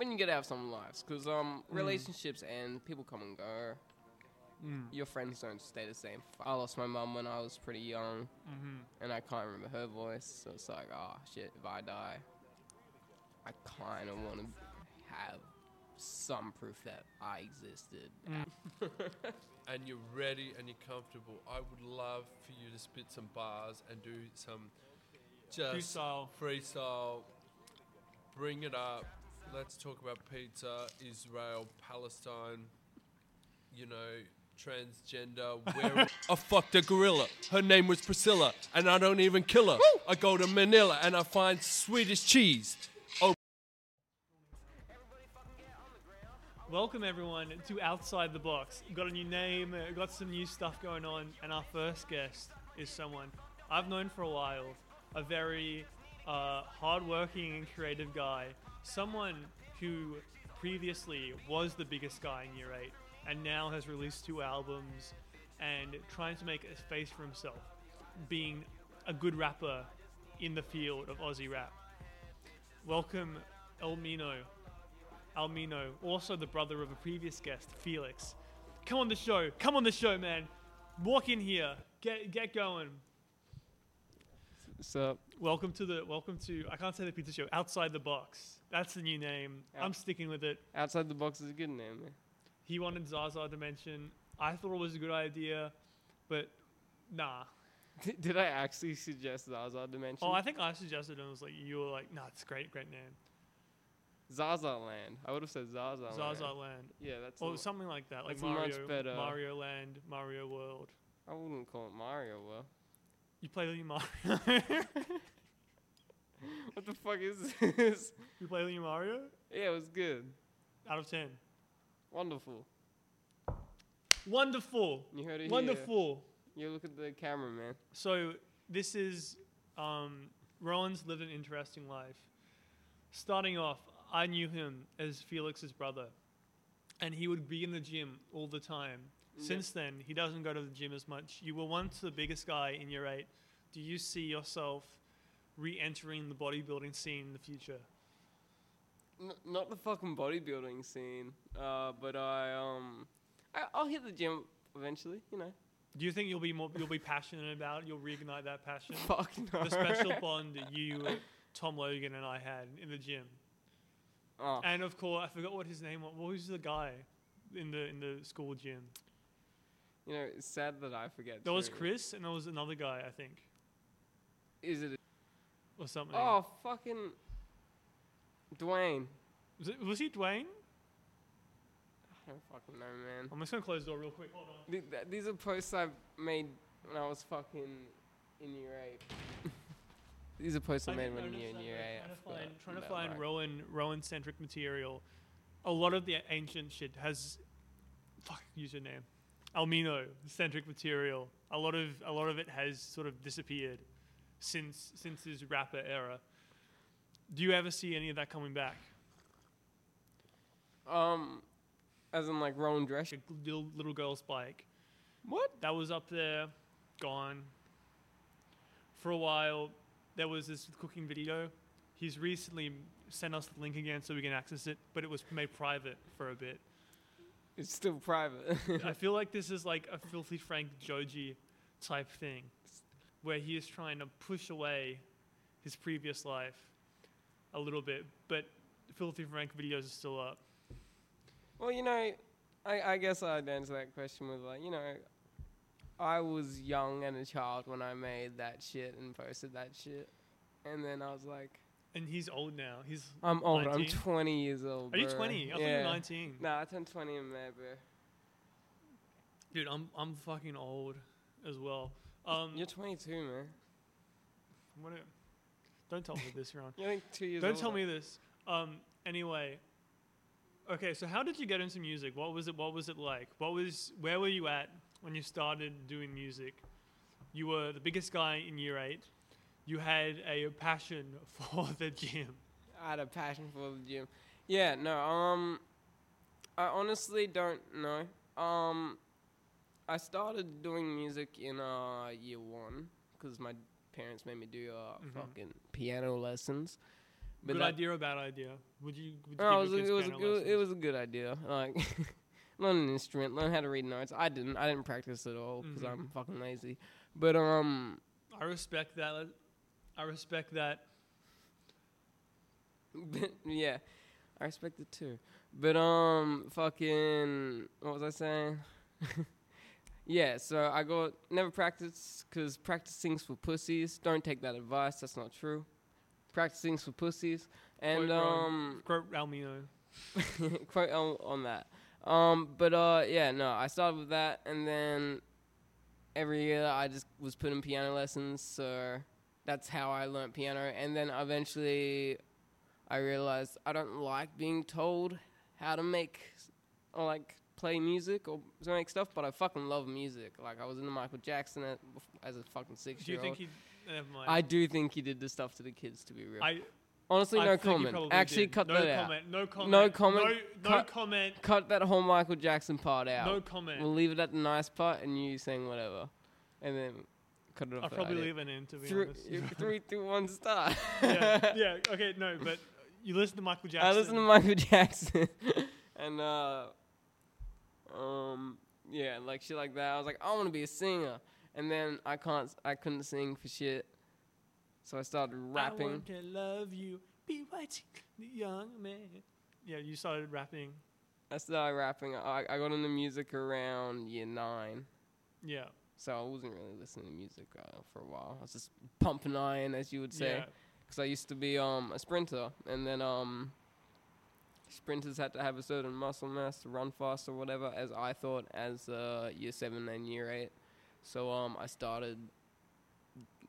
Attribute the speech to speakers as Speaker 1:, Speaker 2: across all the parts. Speaker 1: and you gotta have some lives because um, relationships and people come and go. Your friends don't stay the same. I lost my mum when I was pretty young, and I can't remember her voice. So it's like, oh shit, if I die, I kind of want to have some proof that I existed.
Speaker 2: and you're ready and you're comfortable, I would love for you to spit some bars and do some just
Speaker 3: Freestyle.
Speaker 2: freestyle. Bring it up. Let's talk about pizza, Israel, Palestine. You know, transgender. Where I fucked a gorilla. Her name was Priscilla, and I don't even kill her. I go to Manila and I find Swedish cheese. Oh,
Speaker 3: Welcome everyone to Outside the Box. Got a new name, uh, got some new stuff going on, and our first guest is someone I've known for a while, a very uh, hardworking and creative guy, someone who previously was the biggest guy in Year Eight, and now has released two albums and trying to make a space for himself, being a good rapper in the field of Aussie rap. Welcome, El Mino. Almino, also the brother of a previous guest, Felix. Come on the show. Come on the show, man. Walk in here. Get get going.
Speaker 1: So
Speaker 3: Welcome to the welcome to I can't say the pizza show. Outside the box. That's the new name. I'm sticking with it.
Speaker 1: outside the box is a good name. Man.
Speaker 3: He wanted Zaza to mention. I thought it was a good idea, but nah.
Speaker 1: Did, did I actually suggest Zaza Dimension?
Speaker 3: Oh, I think I suggested it and was like you were like, nah, it's a great, great name.
Speaker 1: Zaza Land. I would have said Zaza.
Speaker 3: Zaza Oh,
Speaker 1: Land.
Speaker 3: Land.
Speaker 1: Yeah, that's.
Speaker 3: Or
Speaker 1: not-
Speaker 3: something like that. Like
Speaker 1: that's much
Speaker 3: Mario
Speaker 1: better.
Speaker 3: Mario Land, Mario World.
Speaker 1: I wouldn't call it Mario. Well,
Speaker 3: You play Lil Mario.
Speaker 1: what the fuck is this?
Speaker 3: you play Lil Mario?
Speaker 1: yeah, it was good.
Speaker 3: Out of 10.
Speaker 1: Wonderful.
Speaker 3: Wonderful.
Speaker 1: You heard it. here.
Speaker 3: Wonderful.
Speaker 1: You look at the camera, man.
Speaker 3: So this is um, Rowan's lived an interesting life. Starting off, I knew him as Felix's brother, and he would be in the gym all the time. Since then, he doesn't go to the gym as much. You were once the biggest guy in your eight. Do you see yourself re-entering the bodybuilding scene in the future?
Speaker 1: N- not the fucking bodybuilding scene, uh, but I um, I- I'll hit the gym eventually. You know.
Speaker 3: Do you think you'll be more you'll be passionate about? it? You'll reignite that passion.
Speaker 1: Fuck no.
Speaker 3: the special bond that you, Tom Logan, and I had in the gym.
Speaker 1: Oh,
Speaker 3: And of course, I forgot what his name was. What was the guy in the in the school gym?
Speaker 1: you know, it's sad that I forget.
Speaker 3: There was
Speaker 1: too.
Speaker 3: Chris, and there was another guy, I think,
Speaker 1: Is it?
Speaker 3: or something.
Speaker 1: oh, fucking. Dwayne.
Speaker 3: was, it, was he Dwayne?
Speaker 1: I don't fucking know, man.
Speaker 3: I'm just gonna close the door real quick. Hold on.
Speaker 1: Th- th- these are posts I've made when I was fucking in year eight. these are posts I, made when you were in year eight. I
Speaker 3: Trying to find,
Speaker 1: forgot
Speaker 3: trying to
Speaker 1: about
Speaker 3: find
Speaker 1: mine.
Speaker 3: Rowan Rowan centric material. A lot of the ancient shit has, fuck, username, Almino centric material. A lot of a lot of it has sort of disappeared since since his rapper era. Do you ever see any of that coming back?
Speaker 1: Um, as in like Rowan
Speaker 3: a
Speaker 1: Drescher.
Speaker 3: gl- little, little girl's bike.
Speaker 1: What?
Speaker 3: That was up there, gone. For a while, there was this cooking video. He's recently sent us the link again so we can access it, but it was made private for a bit.
Speaker 1: It's still private.
Speaker 3: I feel like this is like a filthy Frank Joji type thing, where he is trying to push away his previous life a little bit, but filthy Frank videos are still up.
Speaker 1: well, you know, I, I guess I'd answer that question with like, you know, I was young and a child when I made that shit and posted that shit, and then I was like,
Speaker 3: And he's old now. He's
Speaker 1: I'm old.
Speaker 3: 19?
Speaker 1: I'm 20 years old.
Speaker 3: Are you
Speaker 1: bruh.
Speaker 3: 20? I thought you were 19.
Speaker 1: Nah, I turned 20 in May, bro.
Speaker 3: Dude, I'm I'm fucking old as well. Um,
Speaker 1: You're 22, man.
Speaker 3: I'm gonna- don't tell me this, Ron.
Speaker 1: You're like two years.
Speaker 3: Don't tell
Speaker 1: older.
Speaker 3: me this. Um, anyway, okay. So how did you get into music? What was it? What was it like? What was? Where were you at when you started doing music? You were the biggest guy in year eight. You had a passion for the gym.
Speaker 1: I had a passion for the gym. Yeah, no. Um, I honestly don't know. Um, I started doing music in uh year one because my parents made me do uh
Speaker 3: Mhm.
Speaker 1: fucking piano lessons.
Speaker 4: But
Speaker 3: good
Speaker 4: that-
Speaker 3: idea or bad idea? Would you? Would you
Speaker 4: No, it was,
Speaker 3: give
Speaker 4: a,
Speaker 3: your kids
Speaker 4: it, was a,
Speaker 3: piano
Speaker 4: good- it
Speaker 3: lessons?
Speaker 4: was a good idea. Like, learn an instrument, learn how to read notes. I didn't. I didn't practice at all because
Speaker 3: Mhm.
Speaker 4: I'm fucking lazy. But um,
Speaker 3: I respect that. I respect that.
Speaker 4: but, yeah, I respect it too. But um, fucking, what was I saying? yeah, so I got never practice because practicing's for pussies. Don't take that advice. That's not true. Practicing's for pussies. And
Speaker 3: wrong.
Speaker 4: um,
Speaker 3: Quote Almino.
Speaker 4: quote on, on that. Um, but uh, yeah, no, I started with that, and then every year I just was put in piano lessons, so that's how I learnt piano. And then eventually, I realized I don't like being told how to make or like play music or make stuff, but I fucking love music. Like I was into Michael Jackson at, as a fucking six
Speaker 3: Do you
Speaker 4: year old.
Speaker 3: think he? Never mind.
Speaker 4: I do think he did the stuff to the kids, to be real.
Speaker 3: I,
Speaker 4: Honestly,
Speaker 3: I
Speaker 4: no
Speaker 3: think he
Speaker 4: comment.
Speaker 3: probably
Speaker 4: Actually,
Speaker 3: did.
Speaker 4: cut
Speaker 3: no
Speaker 4: that out.
Speaker 3: comment, No comment.
Speaker 4: No comment,
Speaker 3: No, no
Speaker 4: cut-
Speaker 3: comment.
Speaker 4: Cut that whole Michael Jackson part out.
Speaker 3: No comment.
Speaker 4: We'll leave it at the nice part, and you saying whatever, and then cut it off.
Speaker 3: I'll
Speaker 4: at
Speaker 3: probably
Speaker 4: that.
Speaker 3: leave it in to be
Speaker 4: Three,
Speaker 3: honest.
Speaker 4: three, two, one, start.
Speaker 3: yeah, yeah. Okay. No, but you listen to Michael Jackson.
Speaker 4: I listen to Michael Jackson, and uh, um, yeah, like shit like that. I was like, I want to be a singer, and then I can't, I couldn't sing for shit, so I started
Speaker 3: I
Speaker 4: rapping.
Speaker 3: want to love you. Be white, the young man. Yeah, you started rapping.
Speaker 4: I started rapping. I, I got into music around year nine.
Speaker 3: Yeah.
Speaker 4: So I wasn't really listening to music uh, for a while. I was just pumping iron, as you would say,
Speaker 3: Yeah.
Speaker 4: because I used to be um, a sprinter, and then um, sprinters had to have a certain muscle mass to run fast or whatever, as I thought, as uh, year seven and year eight. So um, I started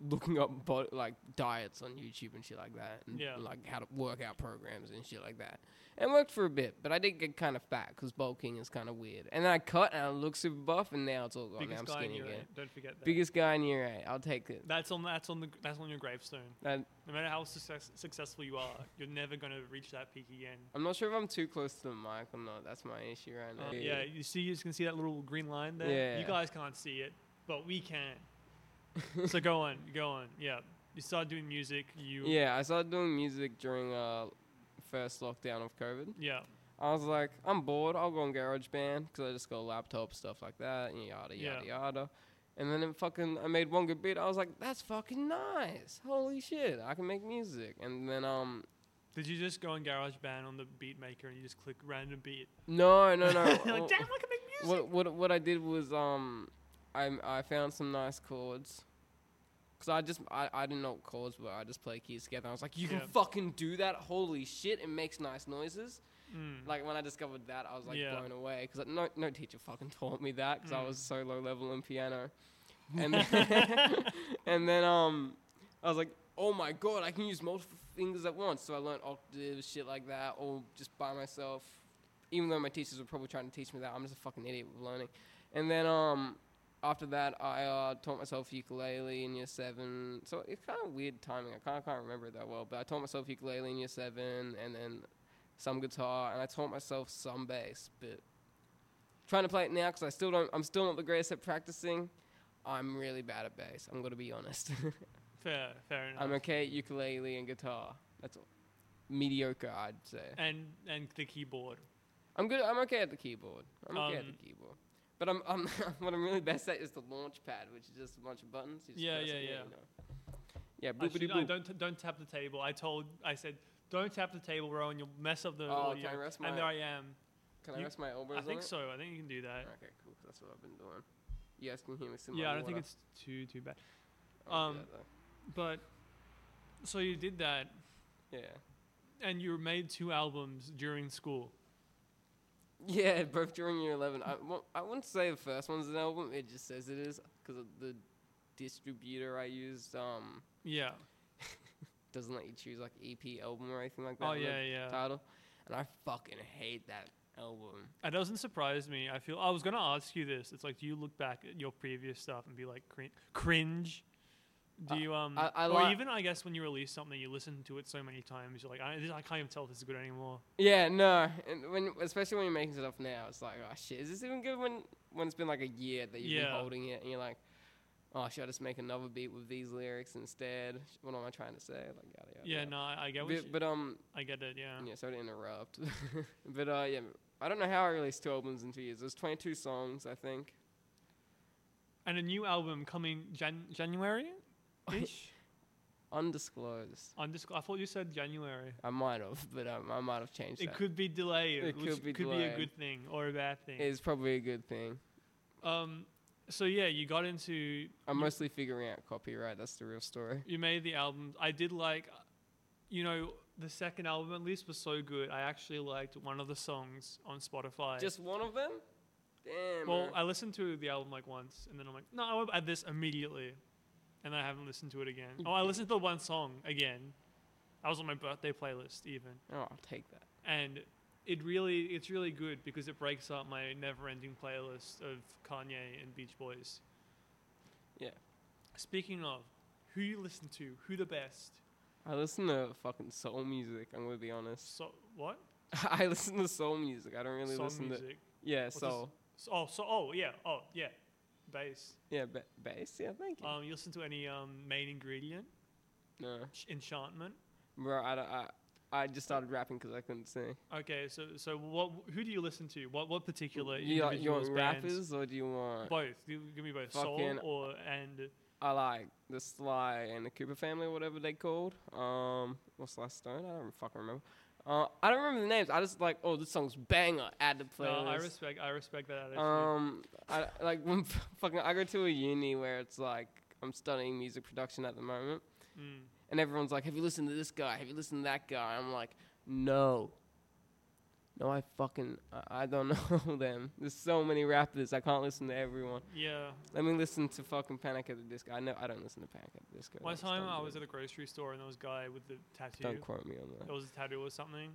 Speaker 4: looking up bod like diets on YouTube and shit like that, and
Speaker 3: Yeah.
Speaker 4: like how to workout programs and shit like that. And it worked for a bit, but I did get kind of fat because bulking is kind of weird. And then I cut and I looked super buff, and now it's all gone.
Speaker 3: Biggest
Speaker 4: now I'm
Speaker 3: guy in
Speaker 4: skinny
Speaker 3: your
Speaker 4: again.
Speaker 3: eight. Don't forget that.
Speaker 4: Biggest guy in year eight. I'll take it.
Speaker 3: That's on. That's on the. That's on your gravestone.
Speaker 4: That,
Speaker 3: No matter how success, successful you are, you're never gonna reach that peak again.
Speaker 4: I'm not sure if I'm too close to the mic or not. That's my issue right now.
Speaker 3: Uh, yeah. You see, you can see that little green line there. You
Speaker 4: Yeah.
Speaker 3: guys can't see it, but we can. so go on, go on. Yeah. You started doing music. You.
Speaker 4: Yeah, I started doing music during uh first lockdown of COVID.
Speaker 3: Yeah.
Speaker 4: I was like, I'm bored. I'll go on GarageBand because I just got a laptop stuff like that. and Yada yada yada. And then it fucking, I made one good beat. I was like, that's fucking nice. Holy shit, I can make music. And then um,
Speaker 3: Did you just go on GarageBand on the beat maker and you just click random beat?
Speaker 4: no no no.
Speaker 3: like, damn, I
Speaker 4: well,
Speaker 3: can make music.
Speaker 4: what what what I did was um, I I found some nice chords, cause I just I, I didn't know what chords were. I just play keys together. I was like, you
Speaker 3: Yeah.
Speaker 4: can fucking do that! Holy shit! It makes nice noises.
Speaker 3: Mm.
Speaker 4: Like when I discovered that, I was like
Speaker 3: Yeah.
Speaker 4: blown away, cause no no teacher fucking taught me that, cause I
Speaker 3: Mm.
Speaker 4: was so low level in piano, and then, and then um, I was like. Oh my god! I can use multiple fingers at once. So I learned octaves, shit like that, all just by myself even though my teachers were probably trying to teach me that, I'm just a fucking idiot with learning. And then um, after that, I uh, taught myself ukulele in year seven. So it's kind of weird timing. I kind of can't remember it that well, but I taught myself ukulele in year seven, and then some guitar, and I taught myself some bass. But trying to play it now because I still don't. I'm still not the greatest at practicing. I'm really bad at bass. I'm gonna be honest.
Speaker 3: Fair, fair enough.
Speaker 4: I'm okay at ukulele and guitar. That's all. mediocre, I'd say.
Speaker 3: and and the keyboard.
Speaker 4: I'm good. I'm okay at the keyboard. I'm okay at
Speaker 3: Um,
Speaker 4: the keyboard. But I'm, I'm what I'm really best at is the launch pad, which is just a bunch of buttons. You just
Speaker 3: Yeah,
Speaker 4: press
Speaker 3: yeah,
Speaker 4: it,
Speaker 3: yeah.
Speaker 4: You know. Yeah,
Speaker 3: I should-
Speaker 4: boopity
Speaker 3: I
Speaker 4: boop.
Speaker 3: don't t- don't tap the table. I told I said don't tap the table, Rowan. You'll mess up the
Speaker 4: Oh,
Speaker 3: audio.
Speaker 4: can I rest my-
Speaker 3: and there I am.
Speaker 4: Can I
Speaker 3: you-
Speaker 4: rest my elbows
Speaker 3: I think
Speaker 4: on it?
Speaker 3: so. I think you can do that.
Speaker 4: Okay, cool. 'cause that's what I've been doing. You guys can hear me simmering.
Speaker 3: yeah, I don't think it's too too bad.
Speaker 4: Oh,
Speaker 3: um, But so you did that,
Speaker 4: yeah.
Speaker 3: and you made two albums during school.
Speaker 4: Yeah, both during year 11. I, well, I wouldn't say the first one's an album. It just says it is because the distributor I used um,
Speaker 3: Yeah.
Speaker 4: doesn't let you choose like EP album or anything like that.
Speaker 3: Oh
Speaker 4: on the
Speaker 3: yeah, yeah.
Speaker 4: Title, and I fucking hate that album.
Speaker 3: It doesn't surprise me. I feel I was gonna ask you this. It's like, do you look back at your previous stuff and be like crin- cringe? Do
Speaker 4: I-
Speaker 3: you um?
Speaker 4: I- I
Speaker 3: or
Speaker 4: like-
Speaker 3: even I guess when you release something, you listen to it so many times, you're like, I, I can't even tell if this is good anymore.
Speaker 4: Yeah, no. And when especially when you're making stuff now, it's like, oh shit, is this even good when when it's been like a year that you've
Speaker 3: Yeah.
Speaker 4: been holding it and you're like,
Speaker 1: oh, should I just make another beat with these lyrics instead? Sh- What am I trying to say? Like, yada, yada,
Speaker 3: Yeah,
Speaker 1: yada.
Speaker 3: no, I I get what you,
Speaker 1: But, but um,
Speaker 3: I get it. Yeah.
Speaker 1: yeah, sorry to interrupt. but uh, yeah, I don't know how I released two albums in two years. There's 22 songs, I think.
Speaker 3: And a new album coming Jan- January, ish.
Speaker 1: Undisclosed.
Speaker 3: I'm just. I thought you said January.
Speaker 1: I might have, but um, I might have changed
Speaker 3: It
Speaker 1: that.
Speaker 3: could be delayed.
Speaker 1: It
Speaker 3: which
Speaker 1: could be
Speaker 3: a
Speaker 1: delayed.
Speaker 3: good thing or a bad thing.
Speaker 1: It's probably a good thing.
Speaker 3: um. So yeah, you got into
Speaker 1: I'm
Speaker 3: You-
Speaker 1: mostly figuring out copyright. That's the real story.
Speaker 3: you made the album. I did like, you know, the second album at least was so good. I actually liked one of the songs on Spotify.
Speaker 1: Just one of them? Damn.
Speaker 3: well,
Speaker 1: bro.
Speaker 3: I listened to the album like once, and then I'm like, no, I will add this immediately, and then I haven't listened to it again. Oh, I listened to the one song again. I was on my birthday playlist even,
Speaker 1: oh, I'll take that.
Speaker 3: and it really, it's really good because it breaks up my never-ending playlist of Kanye and Beach Boys.
Speaker 1: Yeah.
Speaker 3: Speaking of, who you listen to, who the best?
Speaker 1: I listen to fucking soul music. I'm gonna be honest.
Speaker 3: So what?
Speaker 1: I listen to soul music. I don't really
Speaker 3: Soul
Speaker 1: listen to
Speaker 3: music.
Speaker 1: yeah
Speaker 3: does-
Speaker 1: soul.
Speaker 3: So, oh, so oh yeah, oh yeah, bass.
Speaker 1: Yeah, ba- bass. Yeah, thank you.
Speaker 3: Um, you listen to any um, main ingredient?
Speaker 1: no,
Speaker 3: Ch- Enchantment.
Speaker 1: bro. I, don't- I I just started rapping because I couldn't sing.
Speaker 3: Okay, so so what? Who do you listen to? What what particular
Speaker 1: You, like- you
Speaker 3: individuals
Speaker 1: want
Speaker 3: bands?
Speaker 1: rappers or do you want?
Speaker 3: Both. Give give me both. Soul
Speaker 1: Fucking-
Speaker 3: or and
Speaker 1: I like the Sly and the Cooper family, or whatever they called. Um, or Sly Stone. I don't fucking remember. Uh, I don't remember the names. I just like, oh, this song's banger. Add the
Speaker 3: no,
Speaker 1: playlist.
Speaker 3: uh, I respect I respect that attitude.
Speaker 1: Um, I like when f- fucking I go to a uni where it's like I'm studying music production at the moment,
Speaker 3: Mm.
Speaker 1: and everyone's like, "Have you listened to this guy? Have you listened to that guy?" I'm like, "No, no, I fucking I, I don't know them. There's so many rappers, I can't listen to everyone.
Speaker 3: Yeah.
Speaker 1: Let me listen to fucking Panic at the Disco. I know I don't listen to Panic at the Disco.
Speaker 3: One
Speaker 1: that's
Speaker 3: time I
Speaker 1: dumb,
Speaker 3: was at
Speaker 1: dude.
Speaker 3: a grocery store and there was a guy with the tattoo.
Speaker 1: don't quote me on
Speaker 3: It was a tattoo or something.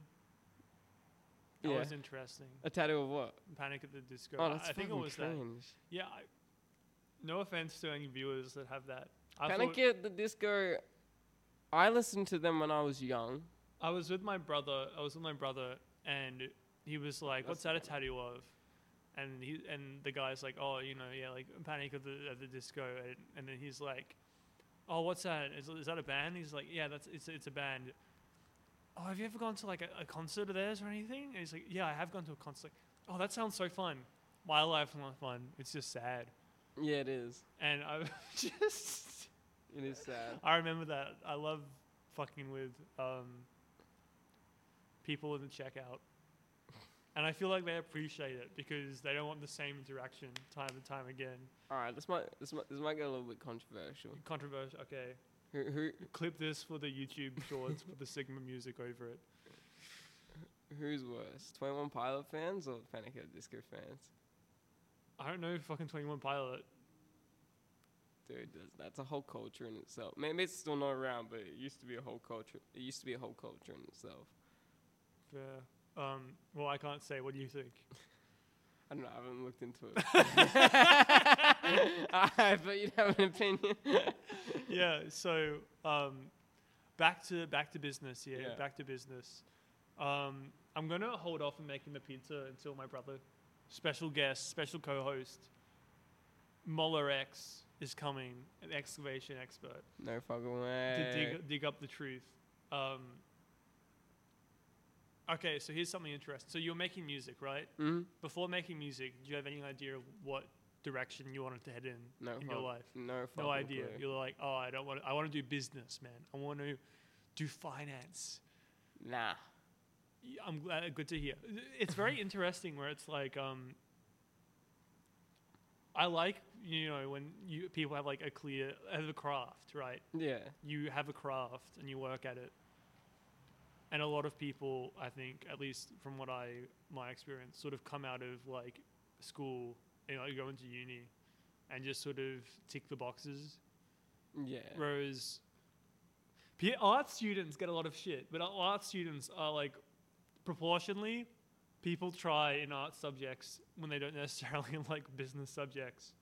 Speaker 1: that.
Speaker 3: That
Speaker 1: Yeah,
Speaker 3: was interesting.
Speaker 1: a tattoo of what?
Speaker 3: Panic at the Disco.
Speaker 1: Oh,
Speaker 3: I-
Speaker 1: that's
Speaker 3: I think it
Speaker 1: fucking
Speaker 3: was that.
Speaker 1: cringe.
Speaker 3: Yeah. I, no offense to any viewers that have that. I
Speaker 1: Panic
Speaker 3: thought-
Speaker 1: at the Disco. I listened to them when I was young.
Speaker 3: I was with my brother. I was with my brother, and he was like, "What's that a
Speaker 1: That's
Speaker 3: tattoo of?" And he and the guy's like, "Oh, you know, yeah, like Panic at the at the Disco." And, and then he's like, "Oh, what's that? Is, is that a band?" He's like, "Yeah, that's it's it's a band." Oh, have you ever gone to like a, a concert of theirs or anything? And he's like, "Yeah, I have gone to a concert." Like, oh, that sounds so fun. My life's not fun. It's just sad.
Speaker 1: Yeah, it is.
Speaker 3: And I just
Speaker 1: It is sad.
Speaker 3: I remember that. I love fucking with um, people in the checkout. And I feel like they appreciate it because they don't want the same interaction time and time again.
Speaker 1: All right, this might this might this might get a little bit controversial.
Speaker 3: Controversial. Okay.
Speaker 1: Who who
Speaker 3: Clip this for the YouTube shorts with the Sigma music over it.
Speaker 1: who's worse, Twenty One Pilot fans or Panic at the Disco fans?
Speaker 3: I don't know fucking 21 Pilot.
Speaker 1: Dude, that's, that's a whole culture in itself. Maybe it's still not around, but it used to be a whole culture. It used to be a whole culture in itself.
Speaker 3: Yeah. Um, well, I can't say. What do you think?
Speaker 1: I don't know. I haven't looked into it. I thought you'd have an opinion.
Speaker 3: yeah. So um, back to back to business. Yeah,
Speaker 1: Yeah.
Speaker 3: back to business. Um, I'm gonna hold off on making the pizza until my brother, special guest, special co-host, Muller X is coming, an excavation expert,
Speaker 1: No fucking
Speaker 3: to
Speaker 1: way.
Speaker 3: dig dig up the truth. Um, okay, so here's something interesting. So you're making music, right?
Speaker 1: Mhm.
Speaker 3: Before making music, do you have any idea of what direction you wanted to head in
Speaker 1: No
Speaker 3: in your
Speaker 1: fuck-
Speaker 3: life?
Speaker 1: No fucking
Speaker 3: no idea.
Speaker 1: clue.
Speaker 3: You're like, oh, I don't want. To, I want to do business, man. I want to do finance.
Speaker 1: Nah.
Speaker 3: Y- I'm glad. Good to hear. It's very interesting where it's like, um, I like you know when you people have like a clear have a craft, right?
Speaker 1: Yeah.
Speaker 3: You have a craft and you work at it. And a lot of people, I think, at least from what I my experience, sort of come out of like school, you know, go into uni, and just sort of tick the boxes.
Speaker 1: Yeah.
Speaker 3: Whereas P- art students get a lot of shit, but our art students are like proportionally people try in art subjects when they don't necessarily like business subjects.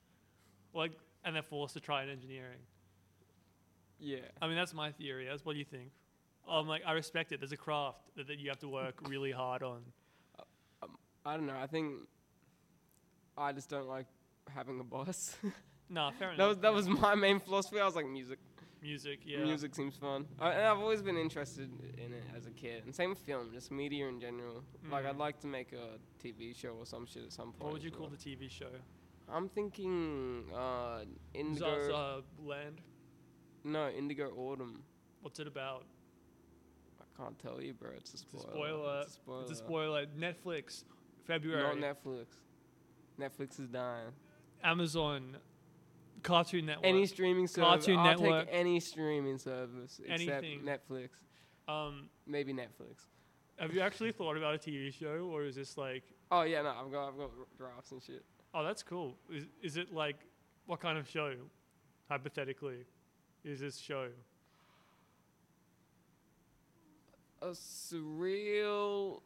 Speaker 3: Like and they're forced to try in engineering.
Speaker 1: Yeah.
Speaker 3: I mean that's my theory. That's what do you think? I'm like I respect it. There's a craft that, that you have to work really hard on.
Speaker 1: I don't know. I think I just don't like having a boss.
Speaker 3: Nah, fair
Speaker 1: That
Speaker 3: enough.
Speaker 1: was that was my main philosophy. I was like music.
Speaker 3: music. Yeah.
Speaker 1: Music seems fun. I, and I've always been interested in it as a kid. And same with film, just media in general. Like I'd
Speaker 3: Mm.
Speaker 1: like to make a TV show or some shit at some point.
Speaker 3: What would
Speaker 1: as
Speaker 3: you call
Speaker 1: well.
Speaker 3: the TV show?
Speaker 1: I'm thinking uh Indigo
Speaker 3: Zaza uh, Land.
Speaker 1: No, Indigo Autumn.
Speaker 3: What's it about?
Speaker 1: I can't tell you, bro. It's a
Speaker 3: It's a
Speaker 1: spoiler.
Speaker 3: spoiler.
Speaker 1: It's a spoiler.
Speaker 3: It's a spoiler. Netflix, February.
Speaker 1: Uh, Not Netflix. Netflix is dying.
Speaker 3: Amazon, Cartoon Network.
Speaker 1: Any streaming service.
Speaker 3: Cartoon
Speaker 1: I'll
Speaker 3: Network.
Speaker 1: take any streaming service except
Speaker 3: Anything.
Speaker 1: Netflix.
Speaker 3: um,
Speaker 1: Maybe Netflix.
Speaker 3: have you actually thought about a TV show, or is this like,
Speaker 1: Oh yeah, no, I've got I've got drafts and shit.
Speaker 3: oh, that's cool? Is is it like, what kind of show, hypothetically, is this show?
Speaker 1: A surreal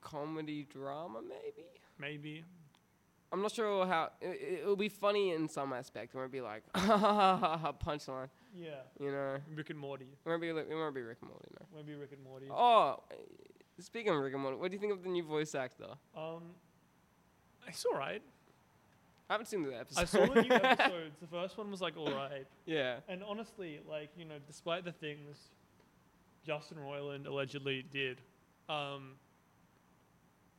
Speaker 1: comedy drama, maybe.
Speaker 3: Maybe.
Speaker 1: I'm not sure how it, it'll be funny in some aspect. It won't be like punchline,
Speaker 3: Yeah.
Speaker 1: you know.
Speaker 3: Rick and Morty.
Speaker 1: It won't be like, it won't be Rick and Morty, no.
Speaker 3: Maybe Rick and Morty.
Speaker 1: Oh, speaking of Rick and Morty, what do you think of the new voice actor?
Speaker 3: Um, it's all right.
Speaker 1: I haven't seen the episode.
Speaker 3: I saw the new episodes. The first one was like all right.
Speaker 1: yeah.
Speaker 3: And honestly, like, you know, despite the things Justin Roiland allegedly did, um,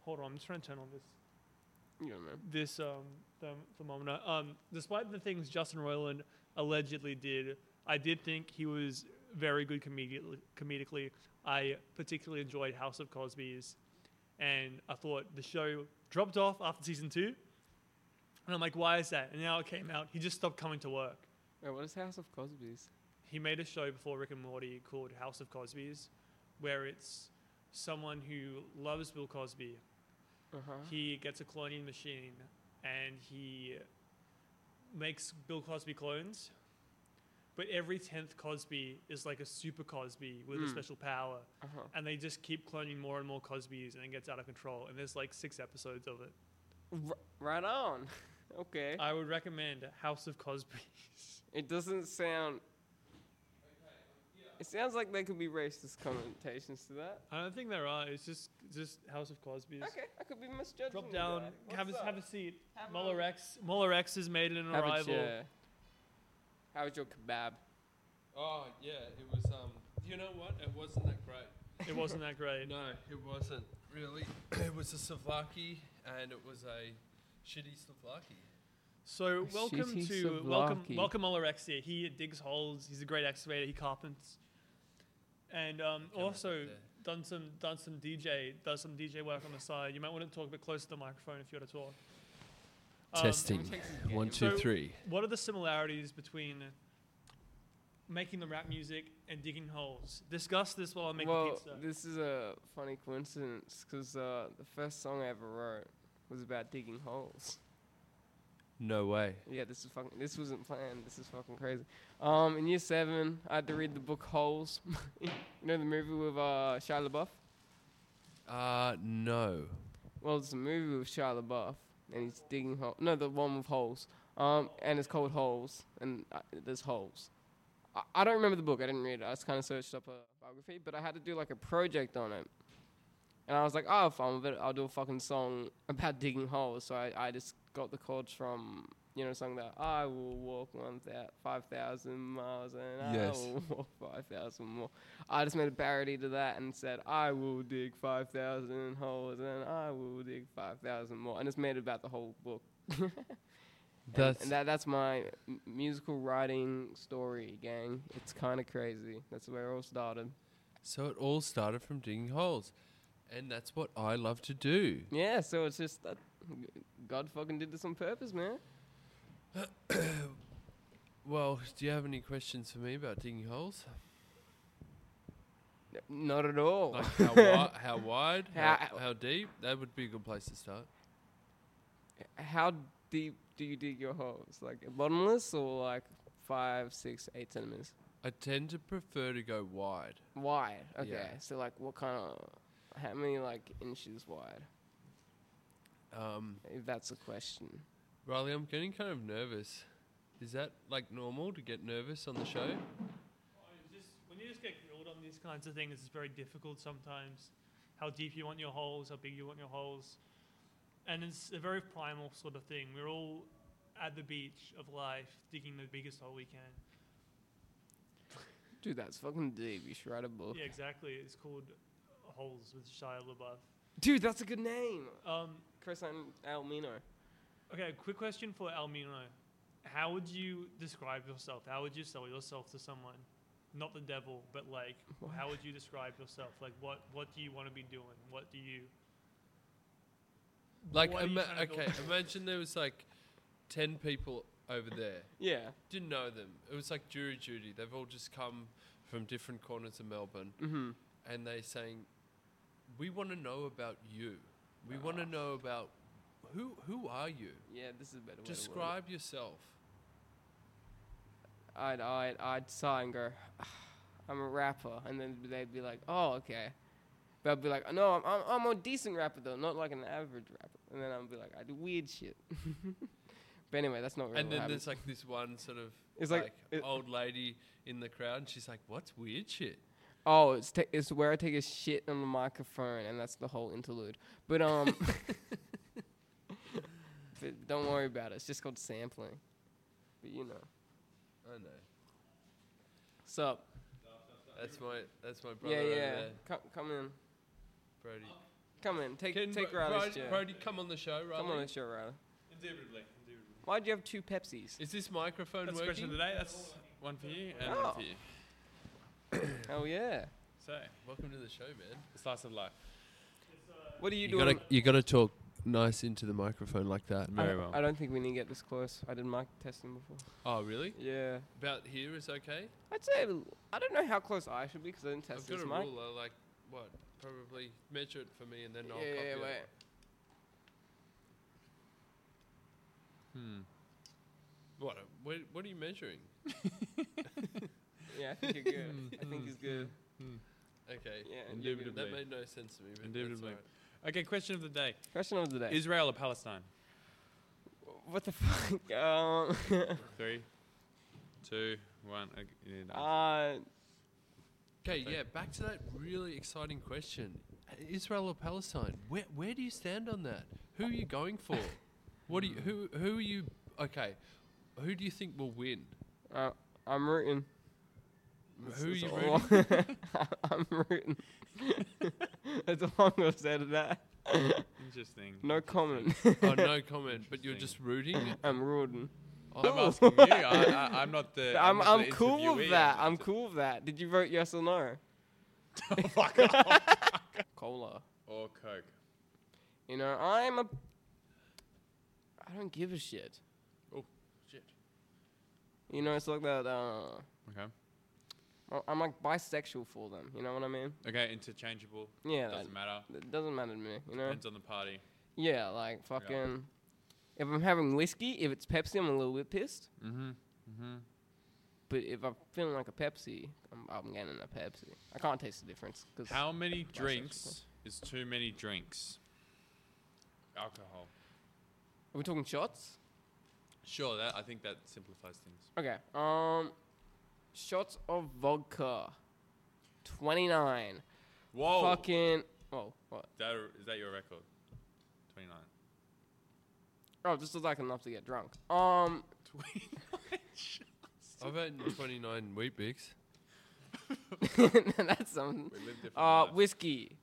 Speaker 3: hold on, I'm just trying to turn on this
Speaker 1: You don't know.
Speaker 3: this um, therm- thermometer. Um, despite the things Justin Roiland allegedly did, I did think he was very good comedically. comedically. I particularly enjoyed House of Cosby's, and I thought the show dropped off after season two. And I'm like, why is that? And now it came out, he just stopped coming to work.
Speaker 1: Wait, what is House of Cosby's?
Speaker 3: He made a show before Rick and Morty called House of Cosby's, where it's someone who loves Bill Cosby
Speaker 1: Uh huh.
Speaker 3: he gets a cloning machine and he makes Bill Cosby clones. But every 10th Cosby is like a super Cosby with a
Speaker 1: Mm.
Speaker 3: special power.
Speaker 1: Uh huh.
Speaker 3: And they just keep cloning more and more Cosbys and it gets out of control. And there's like six episodes of it.
Speaker 1: R- right on. okay.
Speaker 3: I would recommend House of Cosby.
Speaker 1: It doesn't sound. It sounds like there could be racist connotations to that.
Speaker 3: I don't think there are. It's just just House of Cosby's.
Speaker 1: Okay, I could be misjudging.
Speaker 3: Drop
Speaker 1: you
Speaker 3: down,
Speaker 1: there. What's
Speaker 3: have a,
Speaker 1: up?
Speaker 3: have a seat.
Speaker 1: Have a-
Speaker 3: Muller X, Muller X has made an
Speaker 1: Have a
Speaker 3: arrival.
Speaker 1: chair. How was your kebab?
Speaker 2: Oh yeah, it was. Um, you know what? It wasn't that great.
Speaker 3: It wasn't that great.
Speaker 2: No, it wasn't really. it was a Savlaki, and it was a shitty Savlaki.
Speaker 3: So
Speaker 1: She's-
Speaker 3: welcome
Speaker 1: he's
Speaker 3: to
Speaker 1: so
Speaker 3: welcome
Speaker 1: blocky.
Speaker 3: welcome Olorexia. He digs holes. He's a great excavator. He carpents, and um,
Speaker 2: Come up
Speaker 3: also
Speaker 2: there.
Speaker 3: done some done some DJ does some DJ work on the side. You might want to talk a bit closer to the microphone if you want to talk. Um,
Speaker 2: One,
Speaker 3: two,
Speaker 2: two,
Speaker 3: So-
Speaker 2: three.
Speaker 3: What are the similarities between making the rap music and digging holes? Discuss this while I make
Speaker 1: well,
Speaker 3: the pizza.
Speaker 1: this is a funny coincidence because uh, the first song I ever wrote was about digging holes.
Speaker 2: No way.
Speaker 1: Yeah, this is fucking. This wasn't planned. This is fucking crazy. Um, in year seven, I had to read the book Holes. you know the movie with uh Shia LaBeouf.
Speaker 2: Uh, no.
Speaker 1: Well, it's a movie with Shia LaBeouf, and he's digging holes. No, the one with holes. Um, and it's called Holes, and uh, there's holes. I, I don't remember the book. I didn't read it. I just kind of searched up a biography, but I had to do like a project on it. And I was like, oh, fun with it. I'll do a fucking song about digging holes. So I, I just got the chords from, you know, a song that I will walk one thou- 5,000 miles and
Speaker 2: Yes.
Speaker 1: I will walk 5,000 more. I just made a parody to that and said, I will dig 5,000 holes and I will dig 5,000 more. And just made it about the whole book. And-
Speaker 2: That's
Speaker 1: and that, that's my m- musical writing story, gang. It's kind of crazy. That's where it all started.
Speaker 2: so. It all started from digging holes, and that's what I love to do.
Speaker 1: Yeah, so it's just that God fucking did this on purpose, man.
Speaker 2: Well, do you have any questions for me about digging holes?
Speaker 1: N- Not at all.
Speaker 2: Like how, wi- how wide? Oh. How,
Speaker 1: How-
Speaker 2: how deep? That would be a good place to start.
Speaker 1: How deep do you dig your holes? Like bottomless or like five, six, eight centimeters?
Speaker 2: I tend to prefer to go wide.
Speaker 1: Wide. Okay.
Speaker 2: Yeah.
Speaker 1: So like, what kind of? How many like inches wide?
Speaker 2: Um,
Speaker 1: If that's a question.
Speaker 2: Riley, I'm getting kind of nervous. Is that like normal to get nervous on the show?
Speaker 3: Oh, it's just- when you just get grilled on these kinds of things, it's very difficult sometimes. How deep you want your holes, how big you want your holes, and it's a very primal sort of thing. We're all at the beach of life, digging the biggest hole we can.
Speaker 1: Dude, that's fucking deep. You should write a book.
Speaker 3: Yeah, exactly. It's called Holes with Shia LaBeouf.
Speaker 1: Dude, that's a good name.
Speaker 3: Um,
Speaker 1: Chris and Almino.
Speaker 3: okay, quick question for Almino. How would you describe yourself? How would you sell yourself to someone? Not the devil, but like,
Speaker 1: What?
Speaker 3: how would you describe yourself? Like, what, what do you want to be doing? What do you.
Speaker 2: Like,
Speaker 3: What are you
Speaker 2: ima-
Speaker 3: trying to go
Speaker 2: okay,
Speaker 3: for?
Speaker 2: imagine there was like ten people over there.
Speaker 1: Yeah.
Speaker 2: Didn't know them. It was like jury duty. They've all just come from different corners of Melbourne,
Speaker 1: Mm-hmm.
Speaker 2: and they saying, "We want to know about you. We want to
Speaker 1: Ah.
Speaker 2: know about who who are you?
Speaker 1: Yeah, this is a better way to word it.
Speaker 2: Describe yourself."
Speaker 1: I'd, I'd, I'd sigh and go, I'm a rapper. And then they'd be like, oh, okay. But I'd be like, no, I'm, I'm, I'm a decent rapper, though, not like an average rapper. And then I'd be like, I do weird shit. but anyway, that's not really
Speaker 2: And
Speaker 1: what
Speaker 2: then
Speaker 1: happened.
Speaker 2: there's like this one sort of
Speaker 1: It's like-
Speaker 2: like,
Speaker 1: it-
Speaker 2: old lady in the crowd, and she's like, "What's weird shit?"
Speaker 1: Oh, it's, ta it's where I take a shit on the microphone, and that's the whole interlude. But, um. but don't worry about it. It's just called sampling. But, you know.
Speaker 2: I know.
Speaker 1: Sup?
Speaker 2: That's my that's my brother.
Speaker 1: Yeah,
Speaker 2: over
Speaker 1: yeah.
Speaker 2: there,
Speaker 1: Come, come in.
Speaker 2: Brody.
Speaker 1: Come in. Take,
Speaker 2: Can
Speaker 1: take
Speaker 2: Bro-
Speaker 1: Riley's
Speaker 2: Brody,
Speaker 1: chair.
Speaker 2: Brody come on the show, Riley.
Speaker 1: Come on the show, Riley.
Speaker 5: Indubitably. indubitably.
Speaker 1: Why'd you have two Pepsis?
Speaker 2: Is this microphone
Speaker 5: That's the question of
Speaker 2: working?
Speaker 5: the day. That's one for you and
Speaker 1: Oh.
Speaker 5: one for you.
Speaker 1: Hell yeah.
Speaker 5: So,
Speaker 2: Welcome to the show, man.
Speaker 5: slice of life.
Speaker 1: What are you, doing?
Speaker 2: you gotta talk nice into the microphone like that.
Speaker 1: I, don't- I don't think we need to get this close. I did mic testing before.
Speaker 2: Oh really?
Speaker 1: Yeah.
Speaker 2: About here is okay.
Speaker 1: I'd say, I don't know how close I should be because I didn't test
Speaker 2: I've got
Speaker 1: this
Speaker 2: a
Speaker 1: mic.
Speaker 2: ruler, like what? Probably measure it for me, and then I'll
Speaker 1: yeah,
Speaker 2: copy
Speaker 1: yeah,
Speaker 2: it.
Speaker 1: wait.
Speaker 5: Hmm.
Speaker 2: What? What, what are you measuring?
Speaker 1: Yeah, I think you're good. I think he's good.
Speaker 5: Hmm.
Speaker 2: Okay.
Speaker 1: Yeah. you're good.
Speaker 5: Indubitably.
Speaker 2: That made no sense to me. But
Speaker 5: Indubitably.
Speaker 2: That's
Speaker 5: Okay, question of the day
Speaker 1: Question of the day.
Speaker 5: Israel or Palestine?
Speaker 1: what the fuck? Um,
Speaker 5: Three, two, one. Okay, you need to-
Speaker 1: uh,
Speaker 2: Okay,
Speaker 5: Okay.
Speaker 2: yeah, back to that really exciting question. Israel or Palestine? Where where do you stand on that? Who are you going for? what do you
Speaker 1: Hmm.
Speaker 2: who who are you okay, who do you think will win?
Speaker 1: uh, I'm rooting. That's-
Speaker 2: who are
Speaker 1: that's
Speaker 2: you
Speaker 1: all
Speaker 2: rooting for?
Speaker 1: I- I'm rooting. That's all I'm going to say to that.
Speaker 5: Interesting.
Speaker 1: No comment.
Speaker 2: Oh, no comment, but you're just rooting?
Speaker 1: I'm rooting.
Speaker 5: I'm
Speaker 2: Oh,
Speaker 5: asking you. I, I, I'm not
Speaker 2: Uh,
Speaker 5: the.
Speaker 1: I'm,
Speaker 5: not
Speaker 1: I'm
Speaker 5: the
Speaker 1: cool with
Speaker 5: interviewee.
Speaker 1: that. I'm cool with that. Did you vote yes or no?
Speaker 5: Fuck off.
Speaker 1: Cola.
Speaker 5: Or Coke.
Speaker 1: You know, I'm a. I don't give a shit.
Speaker 2: shit.
Speaker 1: You know, it's like that. Uh,
Speaker 5: Okay.
Speaker 1: I- I'm like bisexual for them. You know what I mean?
Speaker 5: Okay, interchangeable.
Speaker 1: Yeah, that
Speaker 5: Doesn't matter.
Speaker 1: that doesn't matter to me. You know?
Speaker 5: Depends on the party.
Speaker 1: Yeah, like fucking. If I'm having whiskey, if it's Pepsi, I'm a little bit pissed.
Speaker 5: Mm-hmm. Mm-hmm.
Speaker 1: But if I'm feeling like a Pepsi, I'm, I'm getting a Pepsi. I can't taste the difference. Cause
Speaker 5: How many
Speaker 1: bisexual.
Speaker 5: drinks is too many drinks? Alcohol.
Speaker 1: Are we talking shots?
Speaker 5: Sure, that I think that simplifies things.
Speaker 1: Okay. Um, shots of vodka. Twenty nine.
Speaker 5: Whoa,
Speaker 1: Fucking. Oh, what?
Speaker 5: that, is that your record? Twenty nine.
Speaker 1: Oh, this is like enough to get drunk. Um,
Speaker 2: I've had 29 wheat bix.
Speaker 1: that's something.
Speaker 5: We live different.
Speaker 1: Uh,
Speaker 5: lives.
Speaker 1: whiskey.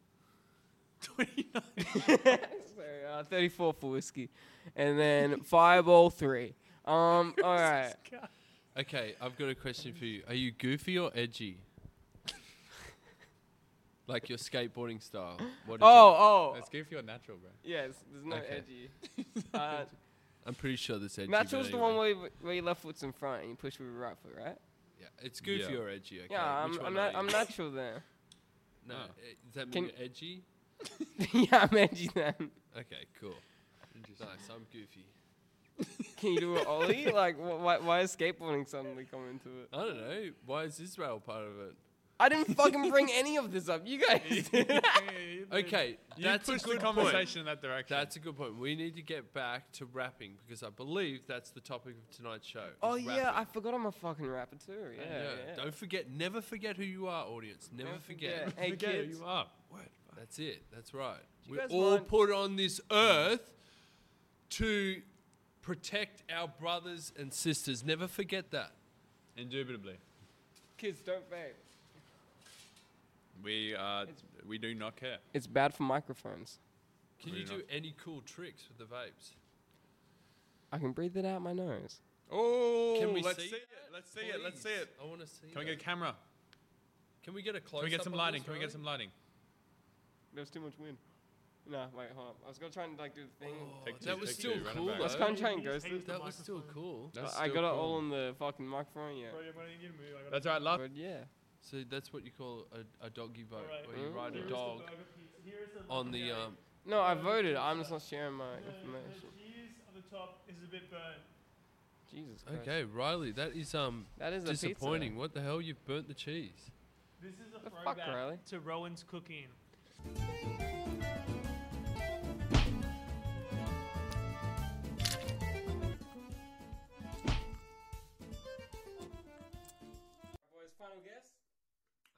Speaker 5: Twenty nine.
Speaker 1: Sorry, uh, 34 for whiskey. And then Fireball 3. Um, alright.
Speaker 2: Okay, I've got a question for you. Are you goofy or edgy? like your skateboarding style. What is it?
Speaker 1: Oh, oh.
Speaker 5: Let's give you a natural, bro.
Speaker 1: Yes, there's no
Speaker 2: Okay.
Speaker 1: edgy. Uh,
Speaker 2: I'm pretty sure this edgy. but
Speaker 1: Natural's the one
Speaker 2: anyway.
Speaker 1: where you, where your left foot's in front and you push with your right foot, right?
Speaker 2: Yeah, it's goofy
Speaker 5: Yeah.
Speaker 2: or edgy. Okay.
Speaker 1: Yeah,
Speaker 2: Which
Speaker 1: I'm,
Speaker 2: one
Speaker 1: I'm,
Speaker 2: are
Speaker 1: not,
Speaker 2: you?
Speaker 1: I'm natural then.
Speaker 2: No,
Speaker 5: Oh.
Speaker 2: eh, does that mean
Speaker 1: Can-
Speaker 2: you're edgy?
Speaker 1: yeah, I'm edgy then.
Speaker 2: Okay, cool. Nice. I'm goofy.
Speaker 1: Can you do an ollie? like, wh- why, why is skateboarding suddenly coming into it?
Speaker 2: I don't know. Why is Israel part of it?
Speaker 1: I didn't fucking bring any of this up. You guys. did.
Speaker 2: Okay,
Speaker 5: You
Speaker 2: that's a
Speaker 5: pushed the
Speaker 2: good
Speaker 5: conversation
Speaker 2: point.
Speaker 5: in that direction.
Speaker 2: That's a good point. We need to get back to rapping because I believe that's the topic of tonight's show. is
Speaker 1: Oh yeah, I
Speaker 2: rapping.
Speaker 1: forgot I'm a fucking rapper too. Yeah, yeah.
Speaker 2: Don't forget. Never forget who you are, audience. Never,
Speaker 1: Never
Speaker 2: forget.
Speaker 1: forget. Hey,
Speaker 5: Forget who
Speaker 1: kids.
Speaker 5: you are.
Speaker 2: That's it. That's right.
Speaker 1: Do you
Speaker 2: We're
Speaker 1: guys
Speaker 2: all
Speaker 1: mind-
Speaker 2: put on this earth to protect our brothers and sisters. Never forget that.
Speaker 5: Indubitably.
Speaker 1: Kids don't vape.
Speaker 5: We are. We do not care.
Speaker 1: It's bad for microphones.
Speaker 2: Can
Speaker 5: Really
Speaker 2: you do
Speaker 5: not.
Speaker 2: any cool tricks with the vapes?
Speaker 1: I can breathe it out my nose.
Speaker 5: Oh,
Speaker 2: Can we
Speaker 5: let's
Speaker 2: see
Speaker 5: see, it? Let's see it. Let's see it.
Speaker 2: I want to see.
Speaker 5: Can we
Speaker 2: that.
Speaker 5: get a camera?
Speaker 2: Can we get a close?
Speaker 5: Can we get some lighting? Can we get some lighting?
Speaker 1: There's too much wind. Nah, wait, hold up. I was gonna try and like do the thing.
Speaker 5: Take
Speaker 2: that
Speaker 5: two,
Speaker 2: was
Speaker 5: take
Speaker 2: still
Speaker 5: two, run it
Speaker 2: cool.
Speaker 5: back.
Speaker 1: Let's
Speaker 2: though.
Speaker 1: go and try and
Speaker 3: He just
Speaker 1: ghost it.
Speaker 3: hates the
Speaker 2: That was still
Speaker 3: microphone.
Speaker 2: cool.
Speaker 5: That's
Speaker 1: I
Speaker 5: still
Speaker 1: got it
Speaker 5: cool.
Speaker 1: all on the fucking microphone, yeah.
Speaker 3: Bro, yeah, bro, you need to move, I gotta-
Speaker 5: That's all right. Last
Speaker 1: But yeah.
Speaker 2: So that's what you call a, a doggy vote,
Speaker 3: Alright.
Speaker 2: where you
Speaker 1: Mm.
Speaker 2: ride
Speaker 3: Here
Speaker 2: a
Speaker 3: is the
Speaker 2: dog
Speaker 3: burger piece. Here is
Speaker 2: on the.
Speaker 3: burger.
Speaker 2: Um,
Speaker 1: No, I voted. I'm just not sharing my
Speaker 3: No, the
Speaker 1: information.
Speaker 3: cheese on the top is a bit burnt.
Speaker 1: Jesus Christ.
Speaker 2: okay, Riley, that is um
Speaker 1: That is a pizza.
Speaker 2: disappointing. What the hell? You've burnt the cheese.
Speaker 3: This is a
Speaker 1: The fuck,
Speaker 3: throwback
Speaker 1: Riley?
Speaker 3: to Rowan's cooking.
Speaker 1: Boys, final guess.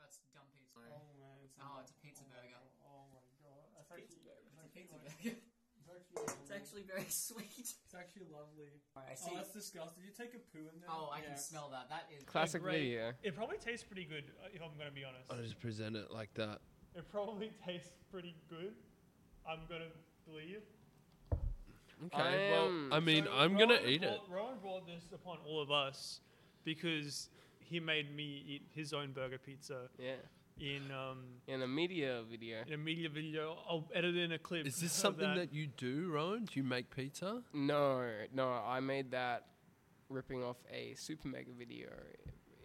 Speaker 6: That's dumb pizza.
Speaker 1: Sorry.
Speaker 6: Oh, it's a pizza burger.
Speaker 3: Oh my god. That's
Speaker 6: It's a pizza burger. It's actually very sweet.
Speaker 3: It's actually lovely.
Speaker 6: I see. Oh,
Speaker 3: disgusting. Did you take a poo in there?
Speaker 6: I can smell that. That is.
Speaker 1: Classic
Speaker 3: great.
Speaker 1: video.
Speaker 3: Oh. It probably tastes pretty good, uh, if I'm gonna be honest.
Speaker 2: I just present it like that.
Speaker 3: It probably tastes pretty good. I'm gonna believe.
Speaker 2: Okay. well,
Speaker 1: am-
Speaker 2: I mean,
Speaker 3: So
Speaker 2: I'm gonna
Speaker 3: Rowan
Speaker 2: eat it.
Speaker 3: brought- Rowan brought this upon all of us because he made me eat his own burger pizza
Speaker 1: Yeah.
Speaker 3: in um,
Speaker 1: In a media video.
Speaker 3: in a media video. I'll edit in a clip.
Speaker 2: Is this
Speaker 3: of
Speaker 2: something that you do, Rowan? Do you make pizza?
Speaker 1: No, no, I made that ripping off a super mega video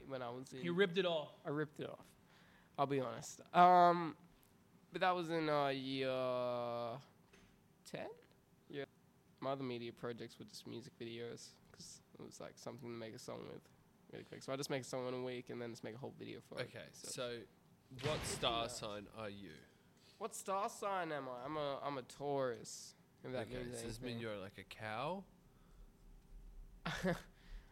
Speaker 1: when I was in.
Speaker 3: he ripped it off?
Speaker 1: I ripped it off. I'll be honest. Um, but that was in uh, year ten. Yeah, my other media projects were just music videos because it was like something to make a song with really quick. So I just make a song in a week and then just make a whole video for it.
Speaker 2: Okay. So, what star sign are you?
Speaker 1: what star sign am I? I'm a I'm a Taurus. If that
Speaker 2: okay.
Speaker 1: means
Speaker 2: Does this mean
Speaker 1: anything.
Speaker 2: you're like a cow?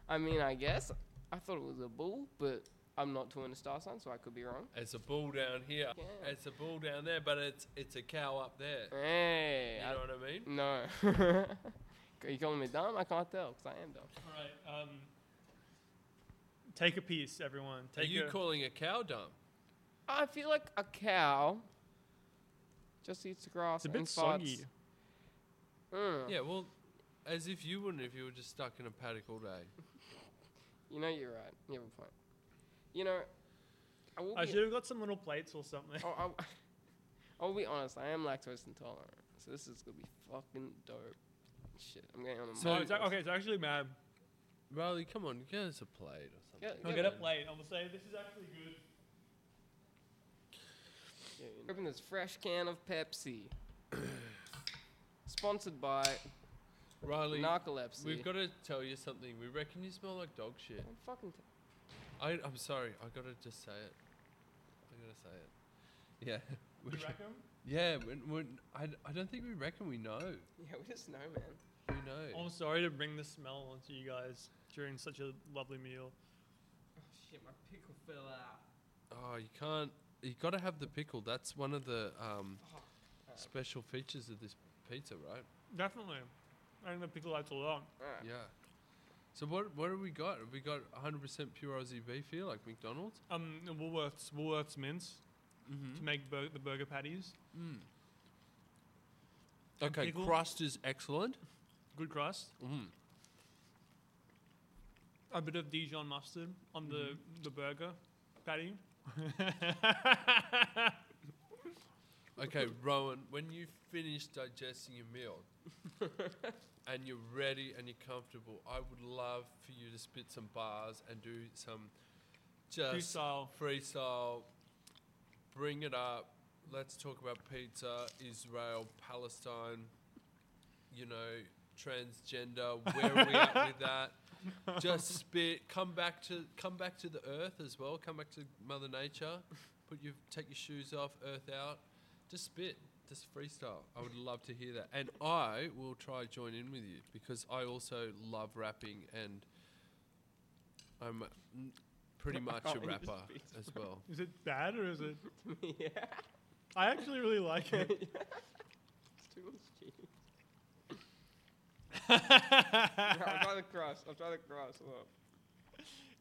Speaker 1: I mean, I guess I thought it was a bull, but I'm not too into star sign, so I could be wrong.
Speaker 2: It's a bull down here.
Speaker 1: Yeah.
Speaker 2: It's a bull down there, but it's it's a cow up there.
Speaker 1: Hey,
Speaker 2: You
Speaker 1: I-
Speaker 2: know what I mean?
Speaker 1: No. Are you calling me dumb? I can't tell because I am dumb.
Speaker 3: All right. Um, take a piece, everyone.
Speaker 2: Are
Speaker 3: Take
Speaker 2: you
Speaker 3: a,
Speaker 2: calling a cow dumb?
Speaker 1: I feel like a cow just eats
Speaker 3: It's
Speaker 1: grass
Speaker 3: a bit
Speaker 1: and farts.
Speaker 3: soggy.
Speaker 1: Mm.
Speaker 2: Yeah. Well, as if you wouldn't if you were just stuck in a paddock all day.
Speaker 1: You know you're right. You have a point. You know, I will
Speaker 3: I
Speaker 1: be.
Speaker 3: should have got some little plates or something.
Speaker 1: oh, I'll, I'll be honest. I am lactose intolerant, so this is gonna be fucking dope. Shit, I'm getting on the.
Speaker 2: So-
Speaker 3: Oh,
Speaker 1: mic.
Speaker 3: it's, okay, it's actually mad.
Speaker 2: Riley, come on, get us a plate or something.
Speaker 1: Yeah,
Speaker 3: I'll
Speaker 1: yeah,
Speaker 3: get a
Speaker 1: man.
Speaker 3: plate. I'll say this is actually good.
Speaker 1: Yeah, you know. Open this fresh can of Pepsi. Sponsored by
Speaker 2: Riley,
Speaker 1: narcolepsy.
Speaker 2: we've got to tell you something. We reckon you smell like dog shit.
Speaker 1: Don't fucking. T-
Speaker 2: I, I'm sorry. I gotta just say it. I gotta say it. Yeah.
Speaker 3: You
Speaker 2: We-
Speaker 3: reckon?
Speaker 2: yeah. When, when, I, I don't think we reckon we know.
Speaker 1: yeah, we just know, man.
Speaker 2: We know.
Speaker 3: I'm sorry to bring the smell onto you guys during such a lovely meal.
Speaker 1: Oh shit, my pickle fell out.
Speaker 2: Oh, you can't. You gotta have the pickle. That's one of the um, special features of this pizza, right?
Speaker 3: Definitely. I think the pickle adds a lot.
Speaker 1: Alright.
Speaker 2: Yeah. So what what have we got? Have we got 100% pure Aussie beef here, like McDonald's?
Speaker 3: Um, Woolworths, Woolworths mince to
Speaker 2: Mm-hmm.
Speaker 3: make bur- the burger patties.
Speaker 2: Mm. Okay,
Speaker 3: pickle?
Speaker 2: crust is excellent.
Speaker 3: Good crust.
Speaker 2: Mm.
Speaker 3: A bit of Dijon mustard on the, the burger patty.
Speaker 2: Okay, Rowan, when you finish digesting your meal and you're ready and you're comfortable, I would love for you to spit some bars and do some just
Speaker 3: Freestyle.
Speaker 2: freestyle. Bring it up. Let's talk about pizza, Israel, Palestine, you know, transgender, where are we at with that? Just spit. Come back to come back to the earth as well. Come back to Mother Nature. Put your take your shoes off, earth out. Just spit. Just freestyle. I would love to hear that. And I will try join in with you because I also love rapping and I'm mm, pretty much a
Speaker 3: Oh,
Speaker 1: can't even
Speaker 2: rapper
Speaker 1: speak.
Speaker 2: as well.
Speaker 3: Is it bad or is it?
Speaker 1: yeah.
Speaker 3: I actually really like it.
Speaker 1: It's too much cheese.
Speaker 4: I'm trying to cross. I'm trying to cross. Look.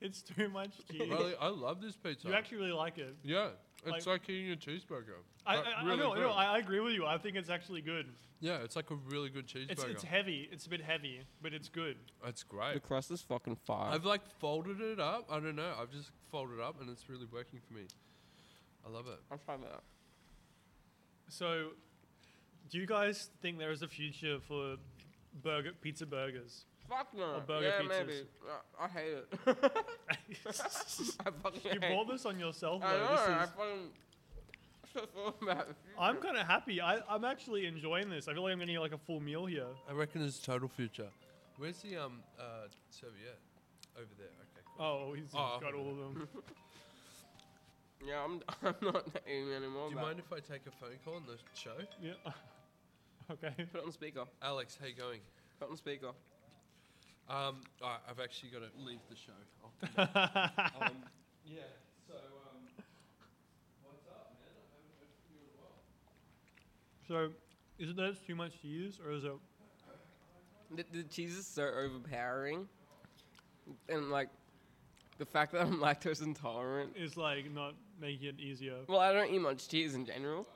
Speaker 3: it's too much cheese.
Speaker 2: Riley, I love this pizza.
Speaker 3: You actually really like it.
Speaker 2: yeah, it's
Speaker 3: like-
Speaker 2: like, eating a cheeseburger.
Speaker 3: I, I,
Speaker 2: Like,
Speaker 3: I,
Speaker 2: really
Speaker 3: no,
Speaker 2: good.
Speaker 3: no, I, I agree with you. I think it's actually good.
Speaker 2: yeah, it's like a really good cheeseburger.
Speaker 3: It's, it's heavy. It's a bit heavy, but it's good.
Speaker 2: That's
Speaker 4: The
Speaker 2: great.
Speaker 4: crust is fucking
Speaker 1: uh,
Speaker 4: fire.
Speaker 2: I've like folded it up. I don't know. I've just folded it up, and it's really working for me. I love it.
Speaker 4: I'm trying that.
Speaker 3: So, do you guys think there is a future for burger pizza burgers?
Speaker 4: Fuck no.
Speaker 3: Or burger
Speaker 4: yeah,
Speaker 3: pizzas.
Speaker 4: maybe.
Speaker 1: Uh,
Speaker 4: I, I hate it. I fucking
Speaker 3: You
Speaker 4: hate it.
Speaker 3: bought this on yourself,
Speaker 4: I
Speaker 3: though.
Speaker 4: know.
Speaker 3: This
Speaker 4: I
Speaker 3: is-
Speaker 4: fucking. I thought about it.
Speaker 3: I'm kind of happy. I, I'm actually enjoying this. I feel like I'm gonna eat like a full meal here.
Speaker 2: I reckon it's total future. Where's the um uh serviette? Over there. Okay. Cool.
Speaker 3: Oh, he's he's
Speaker 2: Oh.
Speaker 3: got all of them.
Speaker 4: Yeah, I'm, I'm not eating anymore.
Speaker 2: Do you
Speaker 4: but-
Speaker 2: mind if I take a phone call on the show?
Speaker 3: yeah. okay.
Speaker 4: Put it on speaker.
Speaker 2: Alex, how you going?
Speaker 4: Put it on speaker.
Speaker 2: Um, alright, I've actually got to leave the show. I'll come back. um, yeah. So um, what's up, man? I haven't heard from you in a while.
Speaker 3: So, is it that it's too much to use, or is it?
Speaker 4: The, the cheese is so overpowering, and like, the fact that I'm lactose intolerant.
Speaker 3: Is like not making it easier.
Speaker 4: Well, I don't eat much cheese in general.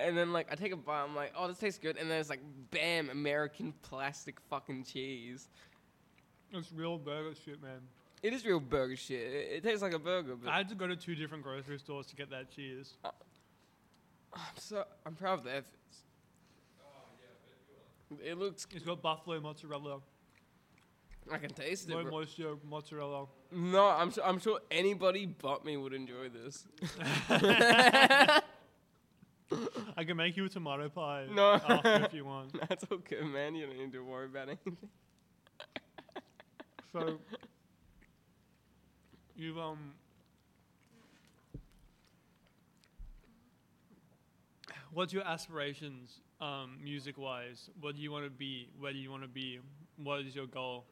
Speaker 4: and then like I take a bite, I'm like, oh, this tastes good, and then it's like, bam, American plastic fucking cheese.
Speaker 3: It's real burger shit, man.
Speaker 4: It is real burger shit. It, it tastes like a burger, but
Speaker 3: I had to go to two different grocery stores to get that cheese.
Speaker 4: I'm so I'm proud of the efforts. It looks.
Speaker 3: It's got buffalo mozzarella,
Speaker 4: I can taste it.
Speaker 3: low
Speaker 4: bro.
Speaker 3: moisture mozzarella.
Speaker 4: No, I'm sure. I'm sure anybody but me would enjoy this.
Speaker 3: I can make you a tomato pie
Speaker 4: No.
Speaker 3: after if you want.
Speaker 4: That's okay, man. You don't need to worry about anything.
Speaker 3: So you've um what's your aspirations um music wise? What do you want to be? Where do you want to be? What is your goal?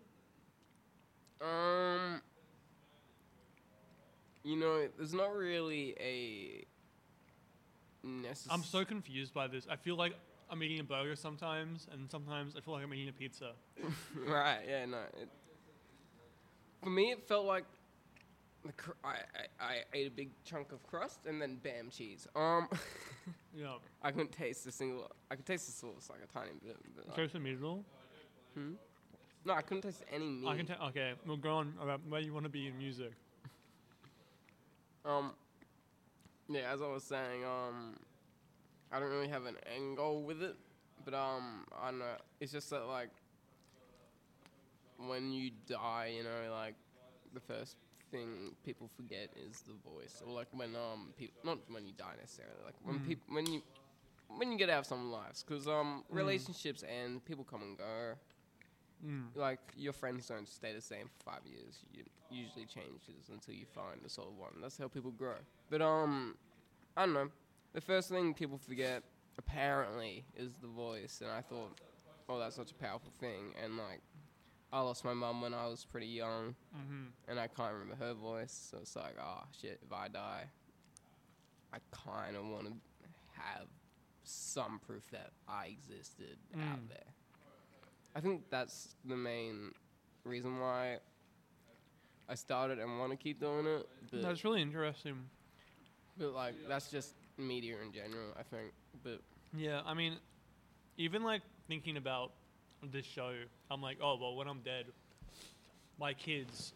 Speaker 4: Um, you know, there's not really a necessary.
Speaker 3: I'm so confused by this. I feel like I'm eating a burger sometimes and sometimes I feel like I'm eating a pizza.
Speaker 4: right. Yeah. No. It, for me, it felt like the cr- I, I I ate a big chunk of crust and then bam, cheese. Um,
Speaker 3: You know,
Speaker 4: I couldn't taste the single. I could taste the sauce like a tiny bit. But like,
Speaker 3: toast and meat at all?
Speaker 4: no, I couldn't taste any meat.
Speaker 3: I can ta- okay, we'll go on about where you want to be in music.
Speaker 4: Um, yeah, as I was saying, um, I don't really have an end goal with it, but um, I don't know. It's just that like when you die, you know, like the first thing people forget is the voice, or like when um, people not when you die necessarily, like when
Speaker 3: Mm.
Speaker 4: people when you when you get out of some lives, because um,
Speaker 3: Mm.
Speaker 4: relationships and people come and go.
Speaker 3: Mm.
Speaker 4: Like your friends don't stay the same for five years. You usually changes until you find the sort of one. That's how people grow. But um, I don't know. The first thing people forget apparently is the voice, and I thought, oh, that's such a powerful thing. And like, I lost my mum when I was pretty young,
Speaker 3: Mhm.
Speaker 4: and I can't remember her voice. So it's like, oh shit, if I die, I kind of want to have some proof that I existed out
Speaker 3: Mm.
Speaker 4: there. I think that's the main reason why I started and want to keep doing it. But,
Speaker 3: That's really interesting.
Speaker 4: but like, that's just media in general, I think. But
Speaker 3: Yeah, I mean, even like thinking about this show, I'm like, oh well, when I'm dead, my kids,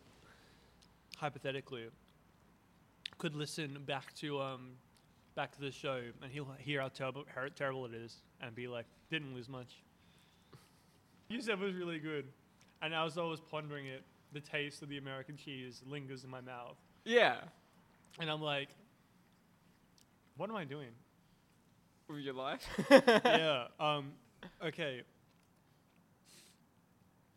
Speaker 3: hypothetically, could listen back to um, back to the show, and he'll hear how terrible how terrible it is, and be like, didn't lose much. You said it was really good, and as I was pondering it, the taste of the American cheese lingers in my mouth,
Speaker 4: yeah,
Speaker 3: and I'm like, what am I doing?
Speaker 4: with your life.
Speaker 3: yeah. Um, okay.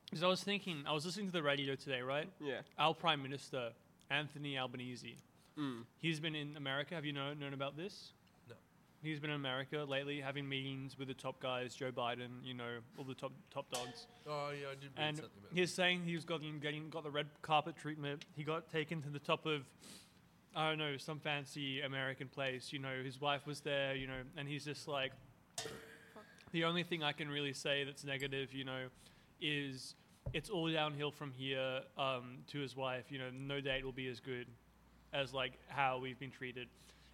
Speaker 3: Because I was thinking, I was listening to the radio today, right?
Speaker 4: yeah.
Speaker 3: Our Prime Minister, Anthony Albanese,
Speaker 4: Mm.
Speaker 3: he's been in America. Have you known, known about this?
Speaker 2: No.
Speaker 3: He's been in America lately, having meetings with the top guys, Joe Biden, you know, all the top top dogs.
Speaker 2: Oh yeah, I did read
Speaker 3: And
Speaker 2: something about
Speaker 3: he's saying he's gotten getting got the red carpet treatment. He got taken to the top of I don't know some fancy American place. You know, his wife was there. You know, and he's just like, The only thing I can really say that's negative, you know, is it's all downhill from here um, to his wife. You know, no date will be as good as like how we've been treated.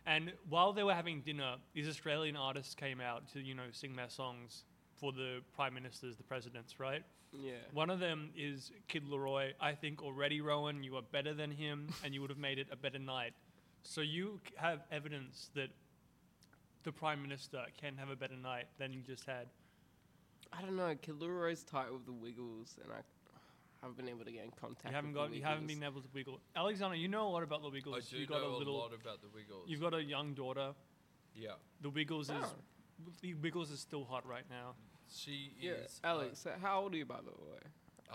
Speaker 3: And while they were having dinner, these Australian artists came out to you know sing their songs for the prime ministers, the presidents, right?
Speaker 4: Yeah.
Speaker 3: One of them is Kid Leroy. I think already, Rowan, you are better than him, and you would have made it a better night. So you c- have evidence that the prime minister can have a better night than you just had.
Speaker 4: I don't know. Kaluro's tight with the Wiggles, and I haven't been able to get in contact.
Speaker 3: You haven't
Speaker 4: with the
Speaker 3: got, you haven't
Speaker 4: Wiggles.
Speaker 3: been able to wiggle. Alexander, you know a lot about the
Speaker 2: I
Speaker 3: Wiggles.
Speaker 2: do
Speaker 3: you got
Speaker 2: know
Speaker 3: a little.
Speaker 2: lot about the Wiggles.
Speaker 3: You've got a young daughter.
Speaker 2: yeah,
Speaker 3: The Wiggles is
Speaker 4: Oh.
Speaker 3: the Wiggles is still hot right now.
Speaker 2: she
Speaker 4: Yeah,
Speaker 2: is uh,
Speaker 4: Alex. uh, how old are you, by the way?
Speaker 2: Uh,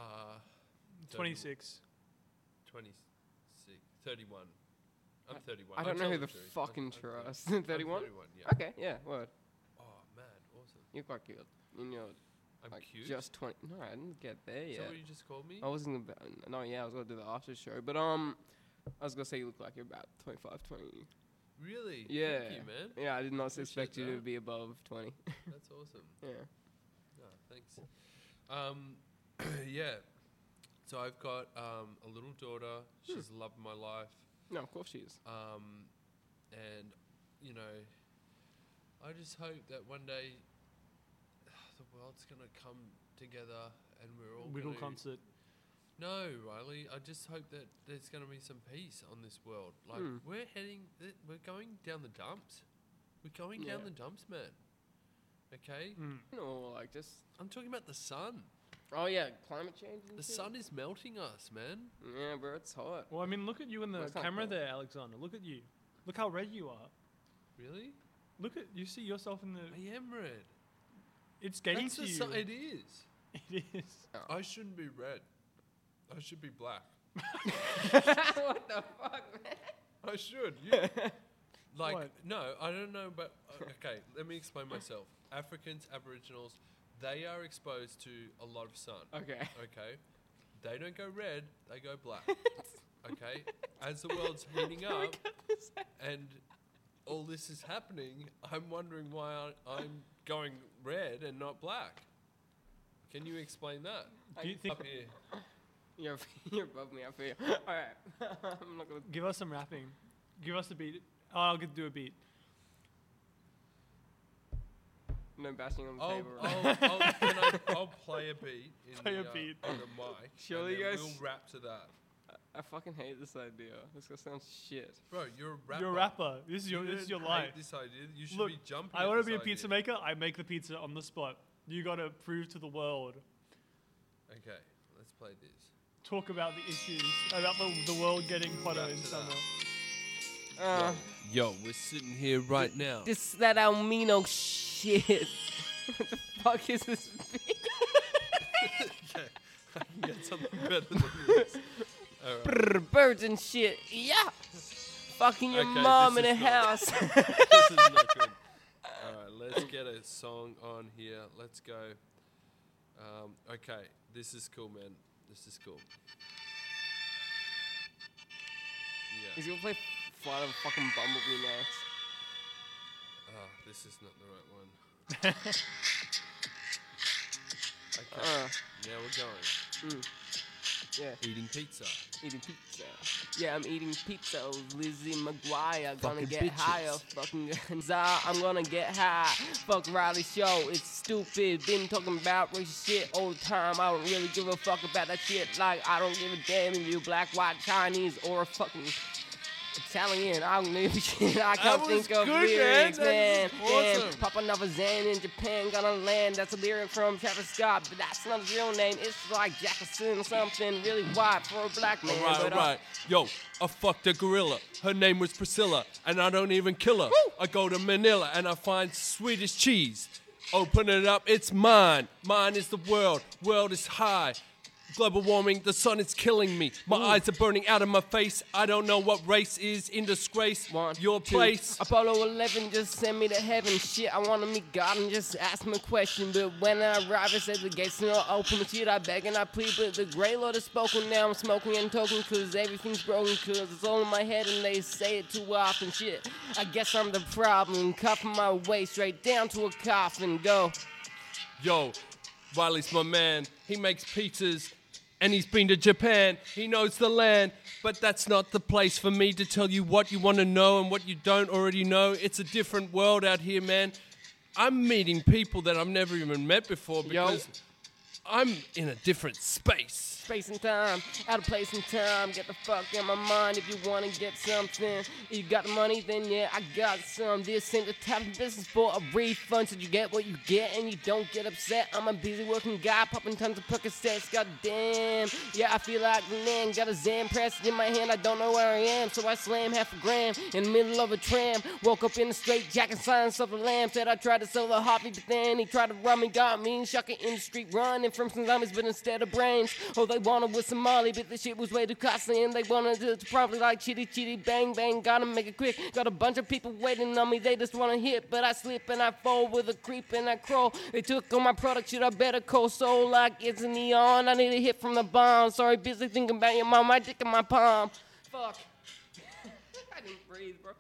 Speaker 3: Twenty six.
Speaker 2: 26, 31. I'm
Speaker 4: I-
Speaker 2: 31.
Speaker 4: I
Speaker 2: I'm
Speaker 4: don't know who
Speaker 2: telling
Speaker 4: the
Speaker 2: truth. I'm-
Speaker 4: fucking
Speaker 2: I'm thirty-
Speaker 4: trust.
Speaker 2: I'm
Speaker 4: 31?
Speaker 2: 31, yeah.
Speaker 4: Okay, yeah, word.
Speaker 2: Oh, man, awesome.
Speaker 4: You're quite cute. And you're
Speaker 2: I'm
Speaker 4: like
Speaker 2: cute.
Speaker 4: just Oh, 20. No, I didn't get there
Speaker 2: Is
Speaker 4: yet.
Speaker 2: that what you just called me?
Speaker 4: I wasn't about. No, yeah, I was going to do the after show. But, um, I was going to say you look like you're about 25, 20.
Speaker 2: Really?
Speaker 4: Yeah.
Speaker 2: Thank you, man.
Speaker 4: Yeah, I did not
Speaker 2: Appreciate
Speaker 4: suspect you to
Speaker 2: that.
Speaker 4: be above 20.
Speaker 2: That's awesome.
Speaker 4: Yeah.
Speaker 2: No, thanks. Um, yeah. So I've got um, a little daughter.
Speaker 4: Hmm.
Speaker 2: She's loved my life.
Speaker 4: No, of course she is.
Speaker 2: Um, and, you know, I just hope that one day the world's going to come together and we're all
Speaker 3: Wiggle
Speaker 2: gonna-
Speaker 3: concert.
Speaker 2: No, Riley. I just hope that there's going to be some peace on this world. Like
Speaker 4: Hmm.
Speaker 2: we're heading, th- we're going down the dumps. We're going down
Speaker 4: Yeah.
Speaker 2: the dumps, man. Okay,
Speaker 3: Mm.
Speaker 4: No, like just.
Speaker 2: I'm talking about the sun.
Speaker 4: Oh, yeah, climate change. and
Speaker 2: The
Speaker 4: shit.
Speaker 2: sun is melting us, man.
Speaker 4: Yeah, bro, it's hot.
Speaker 3: Well, I mean, look at you in the
Speaker 4: That's kinda
Speaker 3: camera
Speaker 4: cool.
Speaker 3: there, Alexander. Look at you. Look how red you are.
Speaker 2: Really?
Speaker 3: Look at you. See yourself in the.
Speaker 2: I am red.
Speaker 3: It's getting
Speaker 2: That's
Speaker 3: to
Speaker 2: the
Speaker 3: you.
Speaker 2: sun. It is.
Speaker 3: It is.
Speaker 2: I shouldn't be red. I should be black.
Speaker 4: what the fuck, man?
Speaker 2: I should. Yeah. like
Speaker 3: What?
Speaker 2: no, I don't know. But uh, okay, let me explain myself. Africans, Aboriginals, they are exposed to a lot of sun.
Speaker 4: Okay.
Speaker 2: Okay. They don't go red, they go black. okay? As the world's heating
Speaker 4: Sorry,
Speaker 2: up
Speaker 4: cut this out.
Speaker 2: and all this is happening, I'm wondering why I- I'm going red and not black. Can you explain that?
Speaker 3: Do you think?
Speaker 2: Up here.
Speaker 4: You're, you're above me, I feel. Alright. I'm not gonna.
Speaker 3: Give us some rapping. Give us a beat. Oh, I'll get- do a beat.
Speaker 4: No bashing on the
Speaker 2: I'll,
Speaker 4: table. Right?
Speaker 2: I'll, I'll, can I, will play a beat in
Speaker 3: Play
Speaker 2: the,
Speaker 3: a
Speaker 2: uh,
Speaker 3: beat.
Speaker 2: on the mic.
Speaker 4: Surely
Speaker 2: and
Speaker 4: you
Speaker 2: then
Speaker 4: guys-
Speaker 2: We'll rap to that.
Speaker 4: I fucking hate this idea. This gonna sound shit.
Speaker 2: Bro, you're a rapper.
Speaker 3: You're a rapper. This is your.
Speaker 2: You
Speaker 3: This is your
Speaker 2: don't hate
Speaker 3: life.
Speaker 2: This idea. You should
Speaker 3: Look,
Speaker 2: be jumping.
Speaker 3: I
Speaker 2: at
Speaker 3: want to
Speaker 2: this
Speaker 3: be a
Speaker 2: idea.
Speaker 3: pizza maker. I make the pizza on the spot. You gotta prove to the world.
Speaker 2: Okay, let's play this.
Speaker 3: Talk about the issues. About the, the world getting hotter
Speaker 2: Rap
Speaker 3: in
Speaker 2: to that.
Speaker 3: summer.
Speaker 4: Uh,
Speaker 2: Yo, we're sitting here right now.
Speaker 4: this that Almino shit. what the fuck is this?
Speaker 2: okay, I can get something better than this. All right.
Speaker 4: Brr, birds and shit. Yeah. Fucking your
Speaker 2: Okay,
Speaker 4: mom in
Speaker 2: this
Speaker 4: a
Speaker 2: is not-
Speaker 4: house.
Speaker 2: this is not good. All right, let's get a song on here. Let's go. Um, okay, this is cool, man. This is cool. Yeah.
Speaker 4: He's gonna play Flight of the fucking Bumblebee next.
Speaker 2: Ah, this is not the right one. okay,
Speaker 4: Uh,
Speaker 2: now we're going.
Speaker 4: mm. Yeah,
Speaker 2: Eating pizza.
Speaker 4: eating pizza. Yeah, I'm eating pizza. with Lizzie McGuire, gonna
Speaker 2: Fucking
Speaker 4: get
Speaker 2: bitches.
Speaker 4: higher. Fucking Gonzaga, I'm gonna get high. Fuck Riley Show, it's stupid. Been talking about racist shit all the time. I don't really give a fuck about that shit. Like, I don't give a damn if you black, white, Chinese, or a fucking. Italian, I don't give a shit. I can't
Speaker 2: was
Speaker 4: think of
Speaker 2: good, man.
Speaker 4: lyrics,
Speaker 2: That
Speaker 4: man.
Speaker 2: is
Speaker 4: Damn,
Speaker 2: awesome.
Speaker 4: Pop another Xan in Japan, gonna land. That's a lyric from Travis Scott, but that's not his real name. It's like Jackson something really wide for a black man.
Speaker 2: Alright,
Speaker 4: but, uh,
Speaker 2: alright. Yo, I fucked a gorilla. Her name was Priscilla, and I don't even kill her. I go to Manila and I find Swedish cheese. Open it up, it's mine. Mine is the world. World is high. Global warming, the sun is killing me. My eyes are burning out of my face. I don't know what race is in disgrace.
Speaker 4: One,
Speaker 2: Your
Speaker 4: two.
Speaker 2: place.
Speaker 4: Apollo 11 just send me to heaven. Shit, I wanna meet God and just ask him a question. But when I arrive, it says the gates are not open. Shit, I beg and I plead. But the Grey Lord has spoken. Now I'm smoking and talking. Cause everything's broken. Cause it's all in my head and they say it too often. Shit, I guess I'm the problem. Cuffing my way straight down to a coffin. Go.
Speaker 2: Yo, Riley's my man. He makes pizzas and he's been to Japan. He knows the land, but that's not the place for me to tell you what you want to know and what you don't already know. It's a different world out here, man. I'm meeting people that I've never even met before
Speaker 1: Yo.
Speaker 2: because I'm in a different space.
Speaker 1: Space and time, out of place and time. Get the fuck in my mind if you wanna get something. If you got the money, then yeah, I got some. This ain't the type of business for a refund. So you get what you get and you don't get upset. I'm a busy working guy, popping tons of poker sets. Goddamn, yeah, I feel like the man. Got a Zan press in my hand, I don't know where I am. So I slam half a gram in the middle of a tram. Woke up in a straight jacket, silence of a lamb. Said I tried to sell a hobby, but then he tried to run me, got me. Shocking in the street, running from some zombies, but instead of brains. Oh, they wanted was some Molly, but the shit was way too costly, and they wanted it to probably like chitty chitty bang bang. Gotta make it quick. Got a bunch of people waiting on me, they just wanna hit, but I slip and I fall with a creep and I crawl. They took all my product, shit, I better cold soul like it's a neon. I need a hit from the bomb. Sorry, busy thinking about your mom, my dick in my palm. Fuck. I didn't breathe, bro.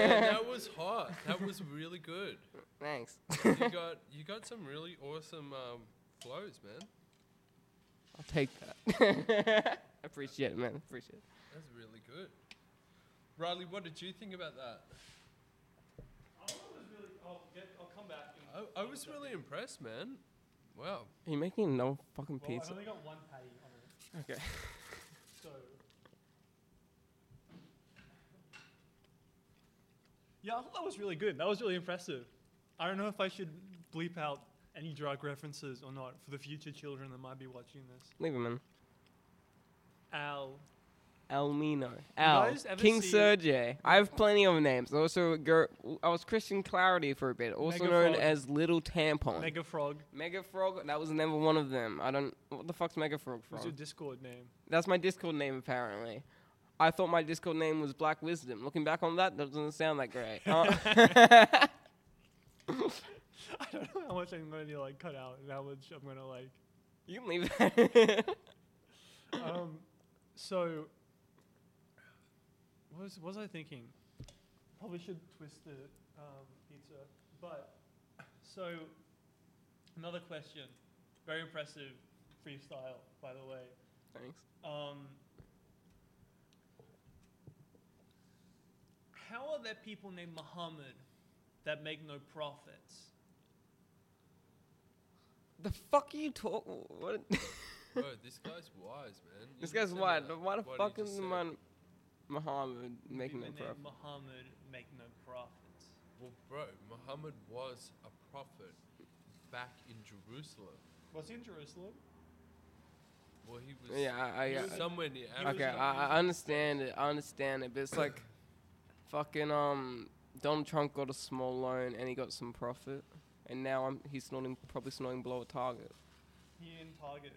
Speaker 2: Man, that was hot. That was really good.
Speaker 1: Thanks.
Speaker 2: You got you got some really awesome um, flows, man.
Speaker 1: I'll take that. Appreciate it, man. Appreciate it.
Speaker 2: That's really good. Riley, what did you think about that? I, I was really impressed, man. Wow.
Speaker 1: Are you making another fucking pizza?
Speaker 3: only got one patty on it,
Speaker 1: Okay.
Speaker 3: so. Yeah, I thought that was really good. That was really impressive. I don't know if I should bleep out any drug references or not for the future children that might be watching this.
Speaker 1: Leave him in.
Speaker 3: Al.
Speaker 1: El Nino. Al.
Speaker 3: guys ever
Speaker 1: King
Speaker 3: see-
Speaker 1: Sergey. I have plenty of names. Also, go, I was Christian Clarity for a bit, also
Speaker 3: Mega
Speaker 1: known
Speaker 3: Frog.
Speaker 1: as Little Tampon. Mega,
Speaker 3: Mega Frog.
Speaker 1: Frog, that was never one of them. I don't. What the fuck's Mega Frog
Speaker 3: What's your
Speaker 1: from?
Speaker 3: Discord name?
Speaker 1: That's my Discord name, apparently. I thought my Discord name was Black Wisdom. Looking back on that, that doesn't sound that great. Uh,
Speaker 3: I don't know how much I'm going to like cut out and how much I'm going to like
Speaker 1: you can leave that.
Speaker 3: um, so, what was, what was I thinking? Probably should twist the um, pizza. But, so, another question. Very impressive freestyle, by the way.
Speaker 1: Thanks.
Speaker 3: Um, how are there people named Muhammad that make no profits?
Speaker 1: The fuck are you talk? What?
Speaker 2: Bro, this guy's wise, man. You
Speaker 1: this
Speaker 2: can
Speaker 1: guy's
Speaker 2: send
Speaker 1: wide.
Speaker 2: that-
Speaker 1: Why the
Speaker 2: what he
Speaker 1: fuck
Speaker 2: just
Speaker 1: is
Speaker 2: said.
Speaker 1: Mon- Muhammad
Speaker 3: People
Speaker 1: making that
Speaker 3: named
Speaker 1: profit?
Speaker 3: Muhammad make no profits.
Speaker 2: Well, bro, Muhammad was a prophet back in Jerusalem.
Speaker 3: Was he in Jerusalem?
Speaker 2: Well, he was
Speaker 1: Yeah, I, I,
Speaker 2: he was
Speaker 1: I-
Speaker 2: somewhere
Speaker 3: he
Speaker 2: near
Speaker 3: was
Speaker 2: Africa.
Speaker 1: okay,
Speaker 3: not
Speaker 1: I, I
Speaker 3: using-
Speaker 1: understand it. I understand it, but it's like, fucking um, Donald Trump got a small loan and he got some profit, and now I'm he's snorting probably snorting below a target.
Speaker 3: He in Target.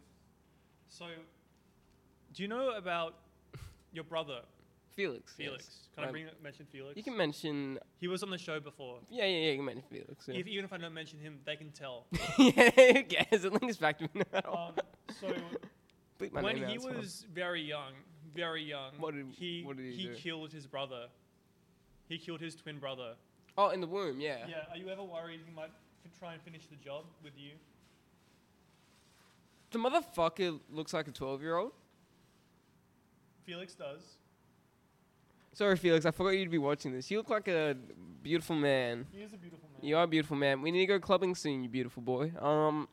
Speaker 3: So, do you know about your brother
Speaker 1: Felix.
Speaker 3: Felix?
Speaker 1: yes.
Speaker 3: Can I
Speaker 1: Um,
Speaker 3: bring, mention Felix?
Speaker 1: You can mention.
Speaker 3: he was on the show before.
Speaker 1: Yeah, yeah, yeah. You can mention Felix. Yeah.
Speaker 3: If, even if I don't mention him, they can tell.
Speaker 1: yeah, who cares? It links back to me now.
Speaker 3: Um, so
Speaker 1: Bleep Oh. my
Speaker 3: when
Speaker 1: name out,
Speaker 3: he
Speaker 1: it's fine.
Speaker 3: was very young, very young,
Speaker 1: What did-
Speaker 3: he
Speaker 1: what did he
Speaker 3: he
Speaker 1: do?
Speaker 3: killed his brother. He killed his twin brother.
Speaker 1: Oh, in the womb. Yeah.
Speaker 3: Yeah. Are you ever worried he might f- try and finish the job with you?
Speaker 1: The motherfucker looks like a twelve-year-old.
Speaker 3: Felix does.
Speaker 1: Sorry, Felix. I forgot you'd be watching this. You look like a beautiful man.
Speaker 3: He is a beautiful man.
Speaker 1: You are a beautiful man. We need to go clubbing soon, you beautiful boy. Um,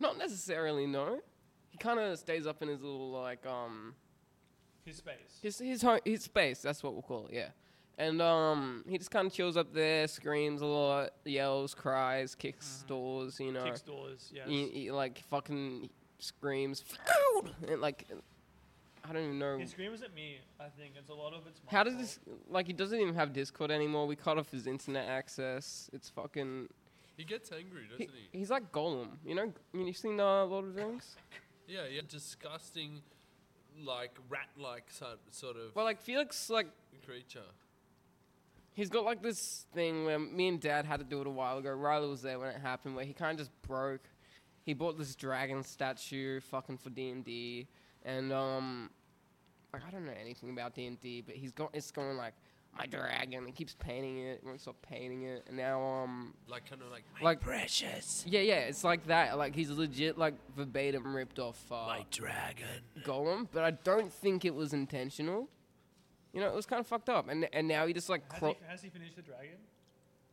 Speaker 1: not necessarily. No, he kind of stays up in his little like um
Speaker 3: His space.
Speaker 1: his his home, his space. That's what we'll call it. Yeah, and um he just kind of chills up there, screams a lot, yells, cries, kicks doors. You know,
Speaker 3: Kicks doors. Yes.
Speaker 1: he, he, like fucking screams food and like I don't even know.
Speaker 3: He screams at me. I think it's a lot of it's. my
Speaker 1: How does
Speaker 3: fault.
Speaker 1: this like? He doesn't even have Discord anymore. We cut off his internet access. It's fucking.
Speaker 2: He gets angry,
Speaker 1: He,
Speaker 2: doesn't he?
Speaker 1: he's like Golem. You know, you know, you've seen uh, Lord of the Rings?
Speaker 2: Yeah, yeah, disgusting, like rat-like sort sort of
Speaker 1: Well, like Felix, like
Speaker 2: creature.
Speaker 1: he's got like this thing where me and Dad had to do it a while ago. Riley was there when it happened, where he kind of just broke. He bought this dragon statue, fucking for D and D, and um, like I don't know anything about D and D, but he's got it's going like. my dragon. He keeps painting it. Won't stop painting it. And now um
Speaker 2: Like kind of like my
Speaker 1: Like-
Speaker 2: precious,
Speaker 1: yeah yeah it's like that. Like he's legit like verbatim ripped off uh,
Speaker 2: my dragon.
Speaker 1: Golem, but I don't think it was intentional. You know, it was kind of fucked up. And and now he just like
Speaker 3: Has,
Speaker 1: crawl.
Speaker 3: he, has he finished the dragon?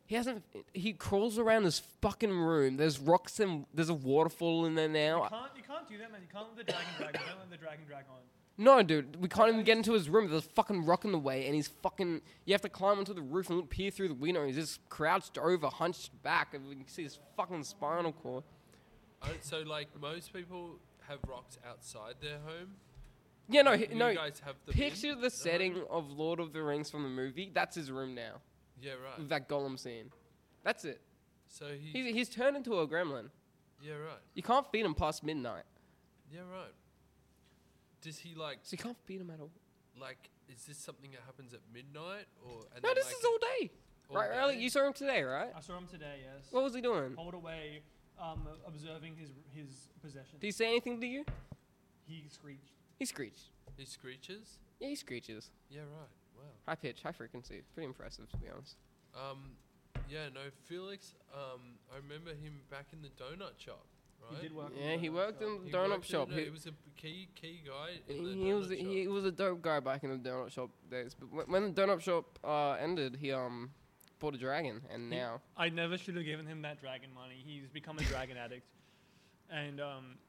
Speaker 1: He hasn't. He crawls around this fucking room. There's rocks and there's a waterfall in there
Speaker 3: You
Speaker 1: now.
Speaker 3: can't, you can't do that, man. You can't let the dragon drag on. Don't let the dragon drag on.
Speaker 1: No, dude, we can't even get into his room. There's a fucking rock in the way, and he's fucking. You have to climb onto the roof and peer through the window. He's just crouched over, hunched back, and we can see his fucking spinal cord.
Speaker 2: Oh, so like most people have rocks outside their home.
Speaker 1: Yeah, no, he,
Speaker 2: You
Speaker 1: no.
Speaker 2: guys have the bin?
Speaker 1: Picture the setting of Lord of the Rings from the movie. That's his room now.
Speaker 2: Yeah, right.
Speaker 1: With that golem scene. That's it.
Speaker 2: So
Speaker 1: He's,
Speaker 2: he.
Speaker 1: he's turned into a gremlin.
Speaker 2: Yeah, right.
Speaker 1: You can't feed him past midnight.
Speaker 2: Yeah, right. Does he like
Speaker 1: So you can't feed him at all.
Speaker 2: like? Is this something that happens at midnight or? And
Speaker 1: No,
Speaker 2: then,
Speaker 1: this
Speaker 2: like,
Speaker 1: is all day.
Speaker 2: all
Speaker 1: right,
Speaker 2: day?
Speaker 1: Riley? You saw him today, right?
Speaker 3: I saw him today, yes.
Speaker 1: What was he doing?
Speaker 3: Hold away, um, observing his his possession.
Speaker 1: Did he say anything to you?
Speaker 3: He screeched.
Speaker 1: He screeched.
Speaker 2: He screeches.
Speaker 1: Yeah, he screeches.
Speaker 2: Yeah, right. Wow.
Speaker 1: High pitch, high frequency. Pretty impressive, to be honest.
Speaker 2: Um, yeah, no, Felix. Um, I remember him back in the donut shop. Right.
Speaker 3: He did work.
Speaker 1: Yeah, he worked in
Speaker 2: He
Speaker 1: the donut
Speaker 2: worked in a
Speaker 1: shop.
Speaker 2: don-
Speaker 1: He,
Speaker 2: He was a key key guy. In the
Speaker 1: he was
Speaker 2: donut shop.
Speaker 1: he was a dope guy back in the donut shop days. But when- when the donut shop uh, ended, he um bought a dragon, and
Speaker 3: He-
Speaker 1: now
Speaker 3: I never should have given him that dragon money. He's become a dragon addict, and um,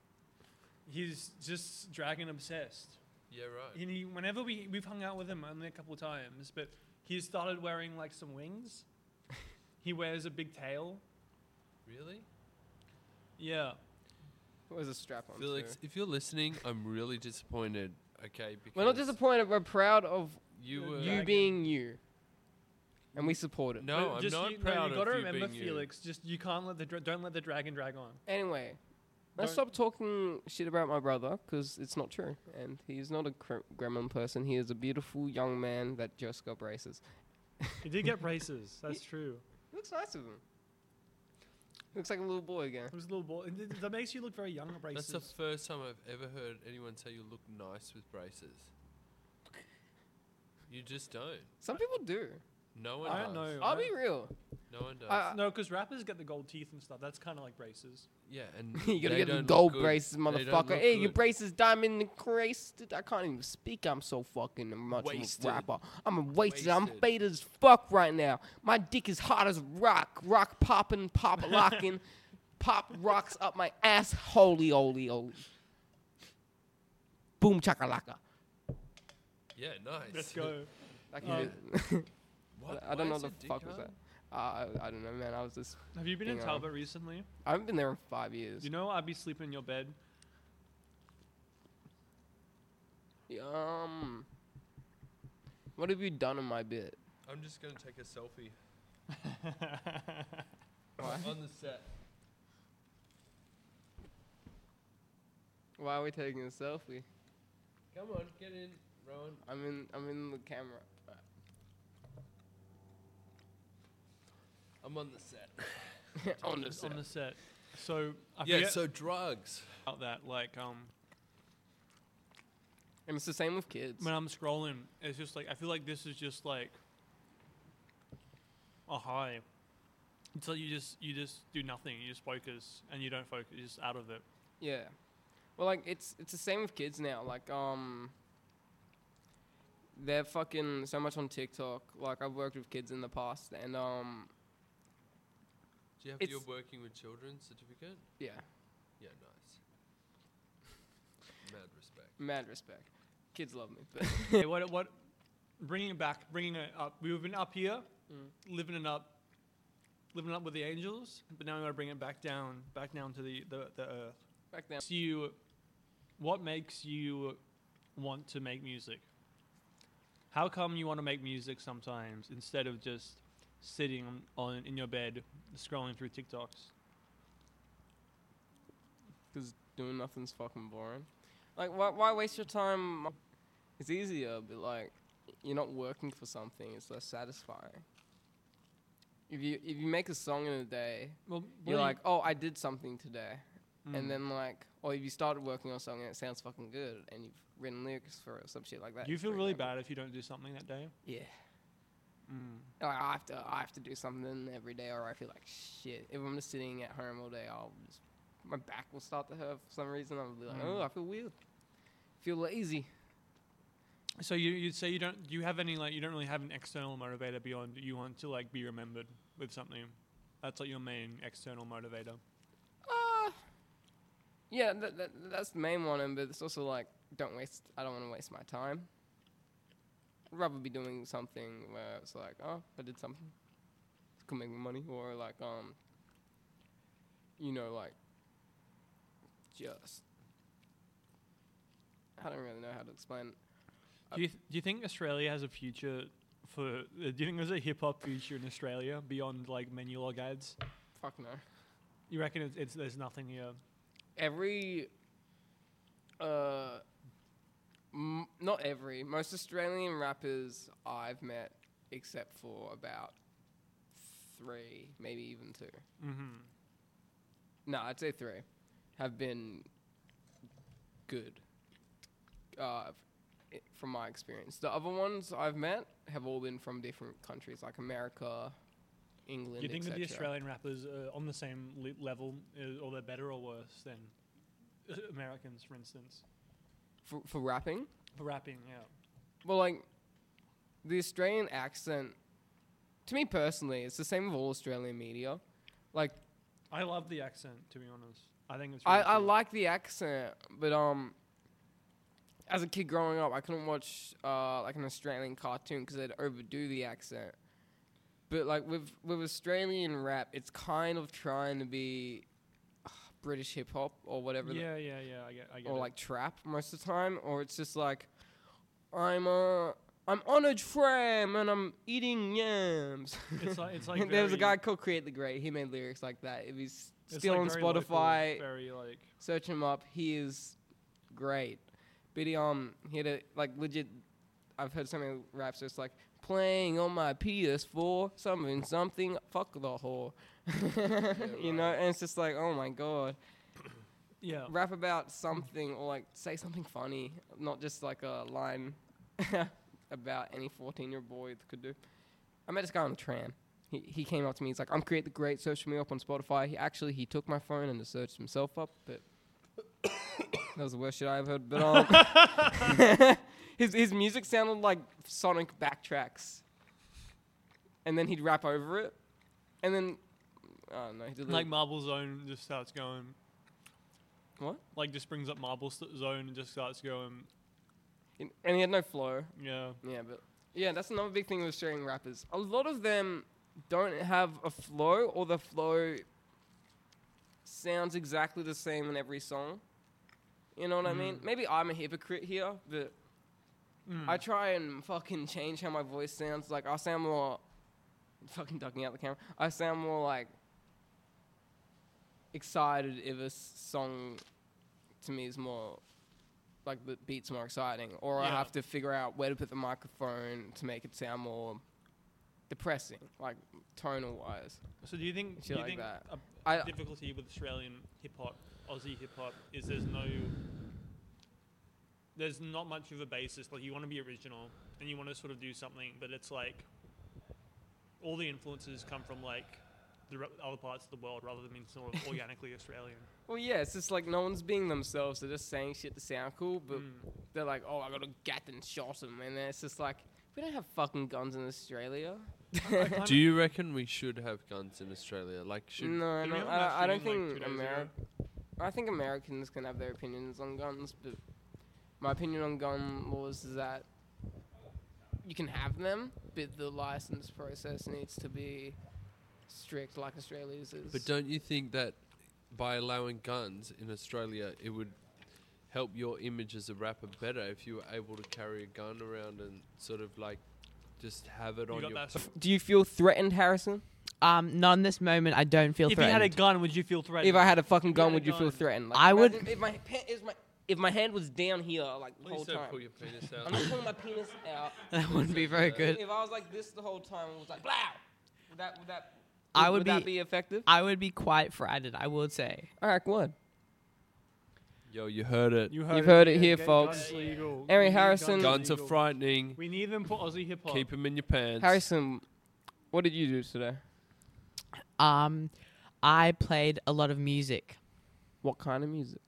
Speaker 3: he's just dragon obsessed.
Speaker 2: yeah, right.
Speaker 3: And he, whenever we we've hung out with him only a couple times, but he started wearing like some wings. he wears a big tail.
Speaker 2: Really?
Speaker 3: Yeah.
Speaker 1: what was a strap on.
Speaker 2: Felix,
Speaker 1: too.
Speaker 2: if you're listening, I'm really disappointed. Okay, because
Speaker 1: we're not disappointed. We're proud of
Speaker 2: You
Speaker 3: You
Speaker 2: were
Speaker 1: you
Speaker 3: Dragon.
Speaker 1: being you, and we support it.
Speaker 2: no,
Speaker 3: But
Speaker 2: I'm
Speaker 3: just
Speaker 2: not
Speaker 3: you, no,
Speaker 2: proud
Speaker 3: you gotta
Speaker 2: of you
Speaker 3: remember,
Speaker 2: being
Speaker 3: Felix. Just you can't let the dra- don't let the dragon drag on.
Speaker 1: Anyway, let's
Speaker 3: Don't-
Speaker 1: stop talking shit about my brother because it's not true. And he's not a cre- gremlin person. He is a beautiful young man that just got braces.
Speaker 3: He did get braces. That's true.
Speaker 1: He looks nice with him. He looks like a little boy again.
Speaker 3: It was a little boy. and th- That makes you look very young.
Speaker 2: you. That's
Speaker 3: Braces.
Speaker 2: the first time I've ever heard anyone say you look nice with braces. You just don't.
Speaker 1: Some people do.
Speaker 2: No one
Speaker 3: I
Speaker 2: does.
Speaker 3: don't know.
Speaker 1: I'll
Speaker 3: I
Speaker 1: be real.
Speaker 2: No one does.
Speaker 1: I-
Speaker 3: No, because rappers get the gold teeth and stuff. That's kind of like braces.
Speaker 2: yeah, and
Speaker 1: you gotta
Speaker 2: they don't
Speaker 1: get the
Speaker 2: look
Speaker 1: gold
Speaker 2: good.
Speaker 1: braces,
Speaker 2: They don't look
Speaker 1: motherfucker. Hey, your
Speaker 2: good.
Speaker 1: braces diamond encrasted. I can't even speak. I'm so fucking much of
Speaker 2: Wasted.
Speaker 1: a rapper. I'm a wasted. I'm
Speaker 2: Wasted.
Speaker 1: faded as fuck right now. My dick is hot as rock. Rock popping, pop locking, pop rocks up my ass. Holy, holy, holy. Boom chakalaka.
Speaker 2: Yeah, nice.
Speaker 3: Let's go.
Speaker 1: I, can
Speaker 3: Um,
Speaker 1: do-
Speaker 2: What?
Speaker 1: I don't know
Speaker 2: Why is
Speaker 1: the
Speaker 2: your dick
Speaker 1: fuck was that.
Speaker 2: hard?
Speaker 1: Uh, I, I don't know, man. I was just.
Speaker 3: Have you been in
Speaker 1: Hang on.
Speaker 3: Talbot recently?
Speaker 1: I haven't been there in five years.
Speaker 3: You know, I'd be sleeping in your bed.
Speaker 1: Um. What have you done in my bit?
Speaker 2: I'm just gonna take a selfie
Speaker 1: Why?
Speaker 2: on the set.
Speaker 1: Why are we taking a selfie?
Speaker 2: Come on, get in, Rowan.
Speaker 1: I'm in. I'm in the camera.
Speaker 2: I'm on the set.
Speaker 1: on the
Speaker 3: on
Speaker 1: set.
Speaker 3: the set. So I
Speaker 2: yeah,
Speaker 3: forget
Speaker 2: so drugs.
Speaker 3: about that. Like, um,
Speaker 1: And it's the same with kids.
Speaker 3: when I'm scrolling, it's just like I feel like this is just like a high. Until you just you just do nothing. You just focus and you don't focus. You're just out of it.
Speaker 1: Yeah. Well, like it's it's the same with kids now. Like um. They're fucking so much on TikTok. Like I've worked with kids in the past, and um,
Speaker 2: Do you have
Speaker 1: It's-
Speaker 2: your working with children certificate?
Speaker 1: yeah,
Speaker 2: Yeah, nice. Mad respect.
Speaker 1: mad respect. Kids love me, but
Speaker 3: Okay, what what? Bringing it back, bringing it up. We've been up here,
Speaker 1: Mm.
Speaker 3: living it up, living it up with the angels, but now we gotta bring it back down, back down to the the, the earth.
Speaker 1: back then.
Speaker 3: Makes you, what makes you want to make music? How come you want to make music sometimes instead of just sitting on, on in your bed scrolling through TikToks?
Speaker 1: because doing nothing's fucking boring. Like, why, why waste your time? It's easier, but like, you're not working for something. It's less satisfying. If you if you make a song in a day,
Speaker 3: Well,
Speaker 1: you're like, oh, I did something today,
Speaker 3: Mm.
Speaker 1: and then like, or if you started working on something and it sounds fucking good, and you've written lyrics for it, some shit like that.
Speaker 3: you
Speaker 1: it's
Speaker 3: feel
Speaker 1: pretty
Speaker 3: really
Speaker 1: fucking-
Speaker 3: bad if you don't do something that day. Mm.
Speaker 1: Yeah. Like I have to, I have to do something every day, or I feel like shit. If I'm just sitting at home all day, I'll just my back will start to hurt for some reason. I'll be like,
Speaker 3: Mm.
Speaker 1: oh, I feel weird, feel lazy.
Speaker 3: So you you say you don't you have any like you don't really have an external motivator beyond you want to like be remembered with something. That's like your main external motivator.
Speaker 1: Uh, yeah, that, that, that's the main one, and but it's also like don't waste. I don't want to waste my time. I'd rather be doing something where it's like, oh, I did something, it could make me money, or like, um, you know, like, just. I don't really know how to explain. it. Uh,
Speaker 3: Do you th- do you think Australia has a future for? Uh, do you think there's a hip hop future in Australia beyond like menu log ads?
Speaker 1: Fuck no.
Speaker 3: You reckon it's, it's there's nothing here?
Speaker 1: every uh m- not every most australian rappers i've met except for about three maybe even two
Speaker 3: Mm-hmm.
Speaker 1: no i'd say three have been good uh f- i- from my experience the other ones i've met have all been from different countries like america england
Speaker 3: Do you think that the
Speaker 1: etc..
Speaker 3: Australian rappers are on the same le- level, uh, or they're better or worse than uh, Americans, for instance,
Speaker 1: for, for rapping
Speaker 3: for rapping? Yeah.
Speaker 1: Well, like the Australian accent, to me personally, it's the same with all Australian media. Like
Speaker 3: I love the accent, to be honest. I think it's.
Speaker 1: I,
Speaker 3: really
Speaker 1: I
Speaker 3: cool.
Speaker 1: like the accent, but um, as a kid growing up, I couldn't watch uh like an Australian cartoon because they'd overdo the accent. But like with with Australian rap, it's kind of trying to be uh, British hip hop or whatever. the-
Speaker 3: Yeah, yeah, yeah. I get. I get
Speaker 1: or
Speaker 3: it.
Speaker 1: like trap most of the time, or it's just like I'm uh I'm on a tram and I'm eating yams.
Speaker 3: It's like- it's like
Speaker 1: there was a
Speaker 3: very-
Speaker 1: guy called Create the Great. He made lyrics like that. If he's
Speaker 3: It's,
Speaker 1: still
Speaker 3: like,
Speaker 1: on
Speaker 3: very local,
Speaker 1: Spotify,
Speaker 3: very like.
Speaker 1: search him up. He is great. But he um he had a like legit. I've heard so many raps just like playing on my PS4 something something fuck the whore, you know.
Speaker 2: right.
Speaker 1: And it's just like oh my god
Speaker 3: Yeah.
Speaker 1: rap about something or like say something funny, not just like a line about any 14 year old boy could do. I met this guy on the tram. He, he came up to me. He's like, "I'm create the great. Search me up on Spotify." He actually he took my phone and just searched himself up, but that was the worst shit I ever heard. But um, his his music sounded like Sonic backtracks, and then he'd rap over it, and then I don't know. He did
Speaker 3: Like
Speaker 1: little-
Speaker 3: Marble Zone just starts going.
Speaker 1: What?
Speaker 3: Like just brings up Marble st- Zone and just starts going.
Speaker 1: and he had no flow.
Speaker 3: Yeah.
Speaker 1: Yeah, but yeah, that's another big thing with Australian rappers. A lot of them don't have a flow, or the flow sounds exactly the same in every song. You know what I mean? Maybe I'm a hypocrite here, but
Speaker 3: Hmm.
Speaker 1: I try and fucking change how my voice sounds. Like I sound more fucking ducking out the camera. I sound more like excited if a s- song to me is more like the beat's more exciting, or I
Speaker 3: Yeah.
Speaker 1: have to figure out where to put the microphone to make it sound more depressing, like tonal wise.
Speaker 3: So do you think?
Speaker 1: Shit
Speaker 3: Do you
Speaker 1: like
Speaker 3: think
Speaker 1: that.
Speaker 3: a
Speaker 1: I
Speaker 3: difficulty with Australian hip hop, Aussie hip hop, is there's no. There's not much of a basis. Like you want to be original and you want to sort of do something, but it's like. All the influences come from like the r- other parts of the world rather than being sort of organically Australian.
Speaker 1: well, yeah, it's just like no one's being themselves. They're just saying shit to sound cool, but
Speaker 3: Hmm.
Speaker 1: they're like, "Oh, I got a gat and shot him," and then it's just like, we don't have fucking guns in Australia.
Speaker 3: I kinda-
Speaker 2: Do you reckon we should have guns in Australia? Like, should
Speaker 1: no,
Speaker 3: Did
Speaker 1: no,
Speaker 3: we have an
Speaker 1: I, I don't
Speaker 3: Australian, like,
Speaker 1: think
Speaker 3: two days
Speaker 1: Ameri-
Speaker 3: ago?
Speaker 1: I think Americans can have their opinions on guns, but my opinion on gun laws is that you can have them, but the license process needs to be strict, like Australia's is.
Speaker 2: But don't you think that by allowing guns in Australia, it would help your image as a rapper better if you were able to carry a gun around and sort of like just have it
Speaker 3: You
Speaker 2: on
Speaker 3: got
Speaker 2: your.
Speaker 3: that sort of-
Speaker 1: Do you feel threatened, Harrison?
Speaker 6: Um, not in this moment. I don't feel
Speaker 3: if you
Speaker 6: threatened.
Speaker 3: had a gun, would you feel threatened?
Speaker 1: If I had a fucking gun,
Speaker 3: had a
Speaker 1: would you feel
Speaker 3: gun.
Speaker 1: threatened?
Speaker 6: I would-
Speaker 1: imagine If my, pa- is my if my hand was down here, like the whole
Speaker 2: Please don't
Speaker 1: time.
Speaker 2: pull your penis out.
Speaker 1: I'm not pulling my penis out.
Speaker 6: that wouldn't be very good.
Speaker 1: If I was like this the whole time and was like, blow, would that would that
Speaker 6: I would
Speaker 1: that
Speaker 6: be-
Speaker 1: be effective?
Speaker 6: I would be quite frightened. I would say.
Speaker 1: All right, go on.
Speaker 2: Yo, you heard it.
Speaker 3: You heard
Speaker 1: You've heard it
Speaker 3: Get-
Speaker 1: here,
Speaker 3: get
Speaker 1: folks.
Speaker 3: guns legal.
Speaker 1: Harry
Speaker 3: We need
Speaker 1: Harrison-
Speaker 2: Guns are
Speaker 3: legal.
Speaker 2: frightening.
Speaker 3: We need them for Aussie hip hop.
Speaker 2: Keep them in your pants.
Speaker 1: Harrison, what did you do today?
Speaker 6: Um, I played a lot of music.
Speaker 1: What kind of music?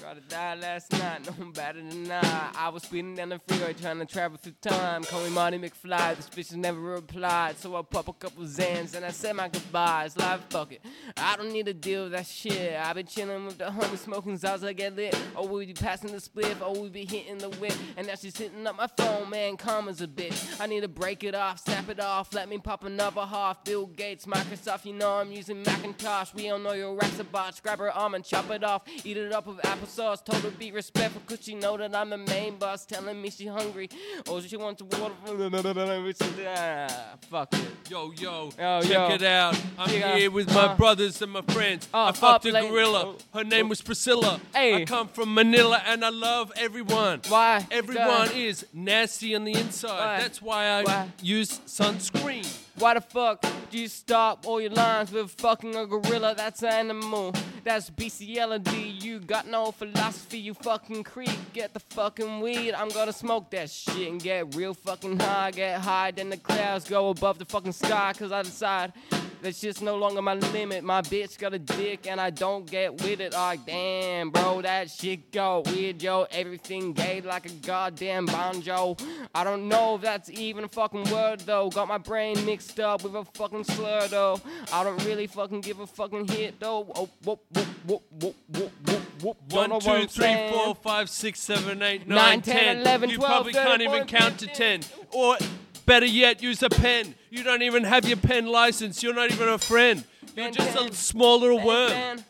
Speaker 1: Tried to die last night, no I'm better than I. I was speeding down the freeway trying to travel through time. Call me Marty McFly, the bitches never replied. So I pop a couple Zans and I said my goodbyes. Live fuck it. I don't need to deal with that shit. i been chilling with the homies, smoking Zaza, get lit. Oh, we be passing the spliff, oh, we be hitting the whip. And now she's hitting up my phone, man, karma's a bitch. I need to break it off, snap it off, let me pop another half. Bill Gates, Microsoft, you know I'm using Macintosh. We don't know your rap's a botch. Grab her arm and chop it off. Eat it up with applesauce. Told her be respectful, cause she know that I'm the main boss. Telling me she hungry. Oh, she wants water. Ah, Fuck it.
Speaker 2: Yo, yo,
Speaker 1: Yo,
Speaker 2: check
Speaker 1: yo.
Speaker 2: it out. I'm
Speaker 1: Yeah.
Speaker 2: here with my
Speaker 1: Uh.
Speaker 2: brothers and my friends.
Speaker 1: Uh,
Speaker 2: I fucked
Speaker 1: up
Speaker 2: a
Speaker 1: late. Oh.
Speaker 2: gorilla. Her name was Priscilla. I
Speaker 1: Hey.
Speaker 2: come from Manila and I love everyone.
Speaker 1: Why?
Speaker 2: Everyone
Speaker 1: Duh.
Speaker 2: is nasty on the inside.
Speaker 1: Why?
Speaker 2: That's why I
Speaker 1: Why?
Speaker 2: use sunscreen.
Speaker 1: Why the fuck do you stop all your lines with fucking a gorilla? That's an animal. That's BCLD. You got no philosophy, you fucking creep. Get the fucking weed. I'm gonna smoke that shit and get real fucking high. Get high, then the clouds go above the fucking sky. Cause I decide that shit's no longer my limit. My bitch got a dick and I don't get with it. Like, damn, bro, that shit go weird, yo. Everything gay like a goddamn banjo. I don't know if that's even a fucking word, though. Got my brain mixed up with a fucking slur, though. I don't really fucking give a fucking hit, though. Oh, whoop, whoop, whoop, whoop, whoop, whoop, whoop. Don't know
Speaker 2: One,
Speaker 1: what
Speaker 2: two,
Speaker 1: I'm
Speaker 2: three,
Speaker 1: saying.
Speaker 2: four, five, six, seven, eight,
Speaker 1: Nine,
Speaker 2: nine,
Speaker 1: ten,
Speaker 2: ten.
Speaker 1: eleven,
Speaker 2: You
Speaker 1: twelve,
Speaker 2: probably can't
Speaker 1: thirteen,
Speaker 2: even
Speaker 1: fourteen,
Speaker 2: count to ten. Or better yet, use a pen. You don't even have your pen license. You're not even a friend. You're
Speaker 1: Ben
Speaker 2: just a
Speaker 1: 10.
Speaker 2: small little
Speaker 1: Bang,
Speaker 2: worm.
Speaker 1: bang.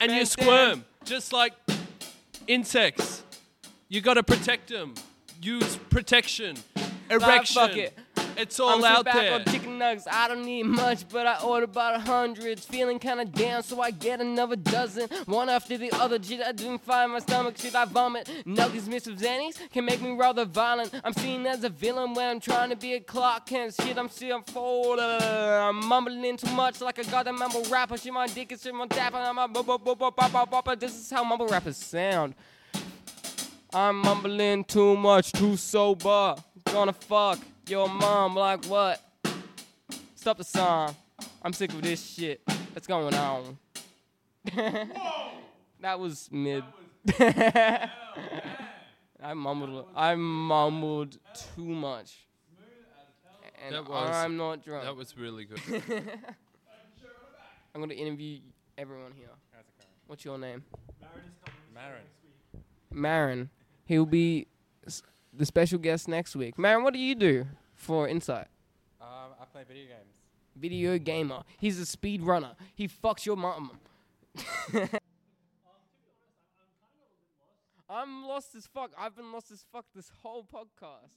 Speaker 2: and you
Speaker 1: Ben
Speaker 2: squirm just like insects. You gotta protect them. Use protection. Erection.
Speaker 1: fuck it.
Speaker 2: It's all
Speaker 1: I'm
Speaker 2: out
Speaker 1: back
Speaker 2: there.
Speaker 1: on chicken nuggets. I don't need much, but I order about a hundred. Feeling kinda down, so I get another dozen. One after the other. Shit, I didn't find my stomach. Shit, I vomit. Nuggets mixed with Xannies can make me rather violent. I'm seen as a villain when I'm trying to be a Clark Kent. Shit, I'm still folded. I'm mumbling too much like a goddamn mumble rapper. Shit, my dick is shit, my dapper. I'm a bu- bu- bu- bu- bu- bu- bu- bu- This is how mumble rappers sound. I'm mumbling too much, too sober. Gonna fuck your mom like what? Stop the song. I'm sick of this shit that's going on. that was mid. I mumbled. I mumbled too much. And
Speaker 2: That was-
Speaker 1: I'm not drunk.
Speaker 2: that was really good.
Speaker 1: I'm gonna interview everyone here. What's your name?
Speaker 5: Marin.
Speaker 1: Marin. He'll be s- the special guest next week. Marin, what do you do for Insight?
Speaker 5: Um, I play video games.
Speaker 1: Video gamer. He's a speed runner. He fucks your mom. I'm lost as fuck. I've been lost as fuck this whole podcast.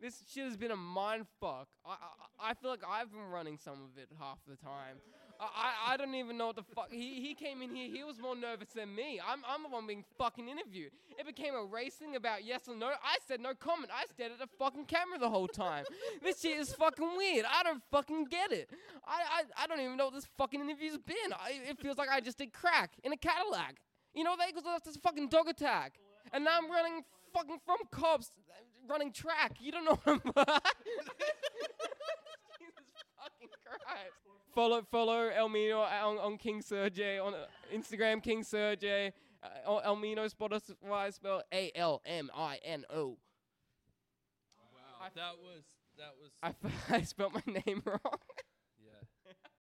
Speaker 1: This shit has been a mind fuck. I, I, I feel like I've been running some of it half the time. I, I, I don't even know what the fuck. He, he came in here, he was more nervous than me. I'm, I'm the one being fucking interviewed. It became a racing about yes or no. I said no comment. I stared at the fucking camera the whole time. this shit is fucking weird. I don't fucking get it. I, I, I don't even know what this fucking interview's been. I, it feels like I just did crack in a Cadillac. You know, that goes off this fucking dog attack. And now I'm running fucking from cops, uh, running track. You don't know what I'm. Jesus fucking Christ. Follow, follow El Mino on, on King Sergey on uh, Instagram, King Sergey. Uh, on El Mino Spotify spelled A L M I N O.
Speaker 2: that was that was
Speaker 1: I, f- I spelled my name wrong.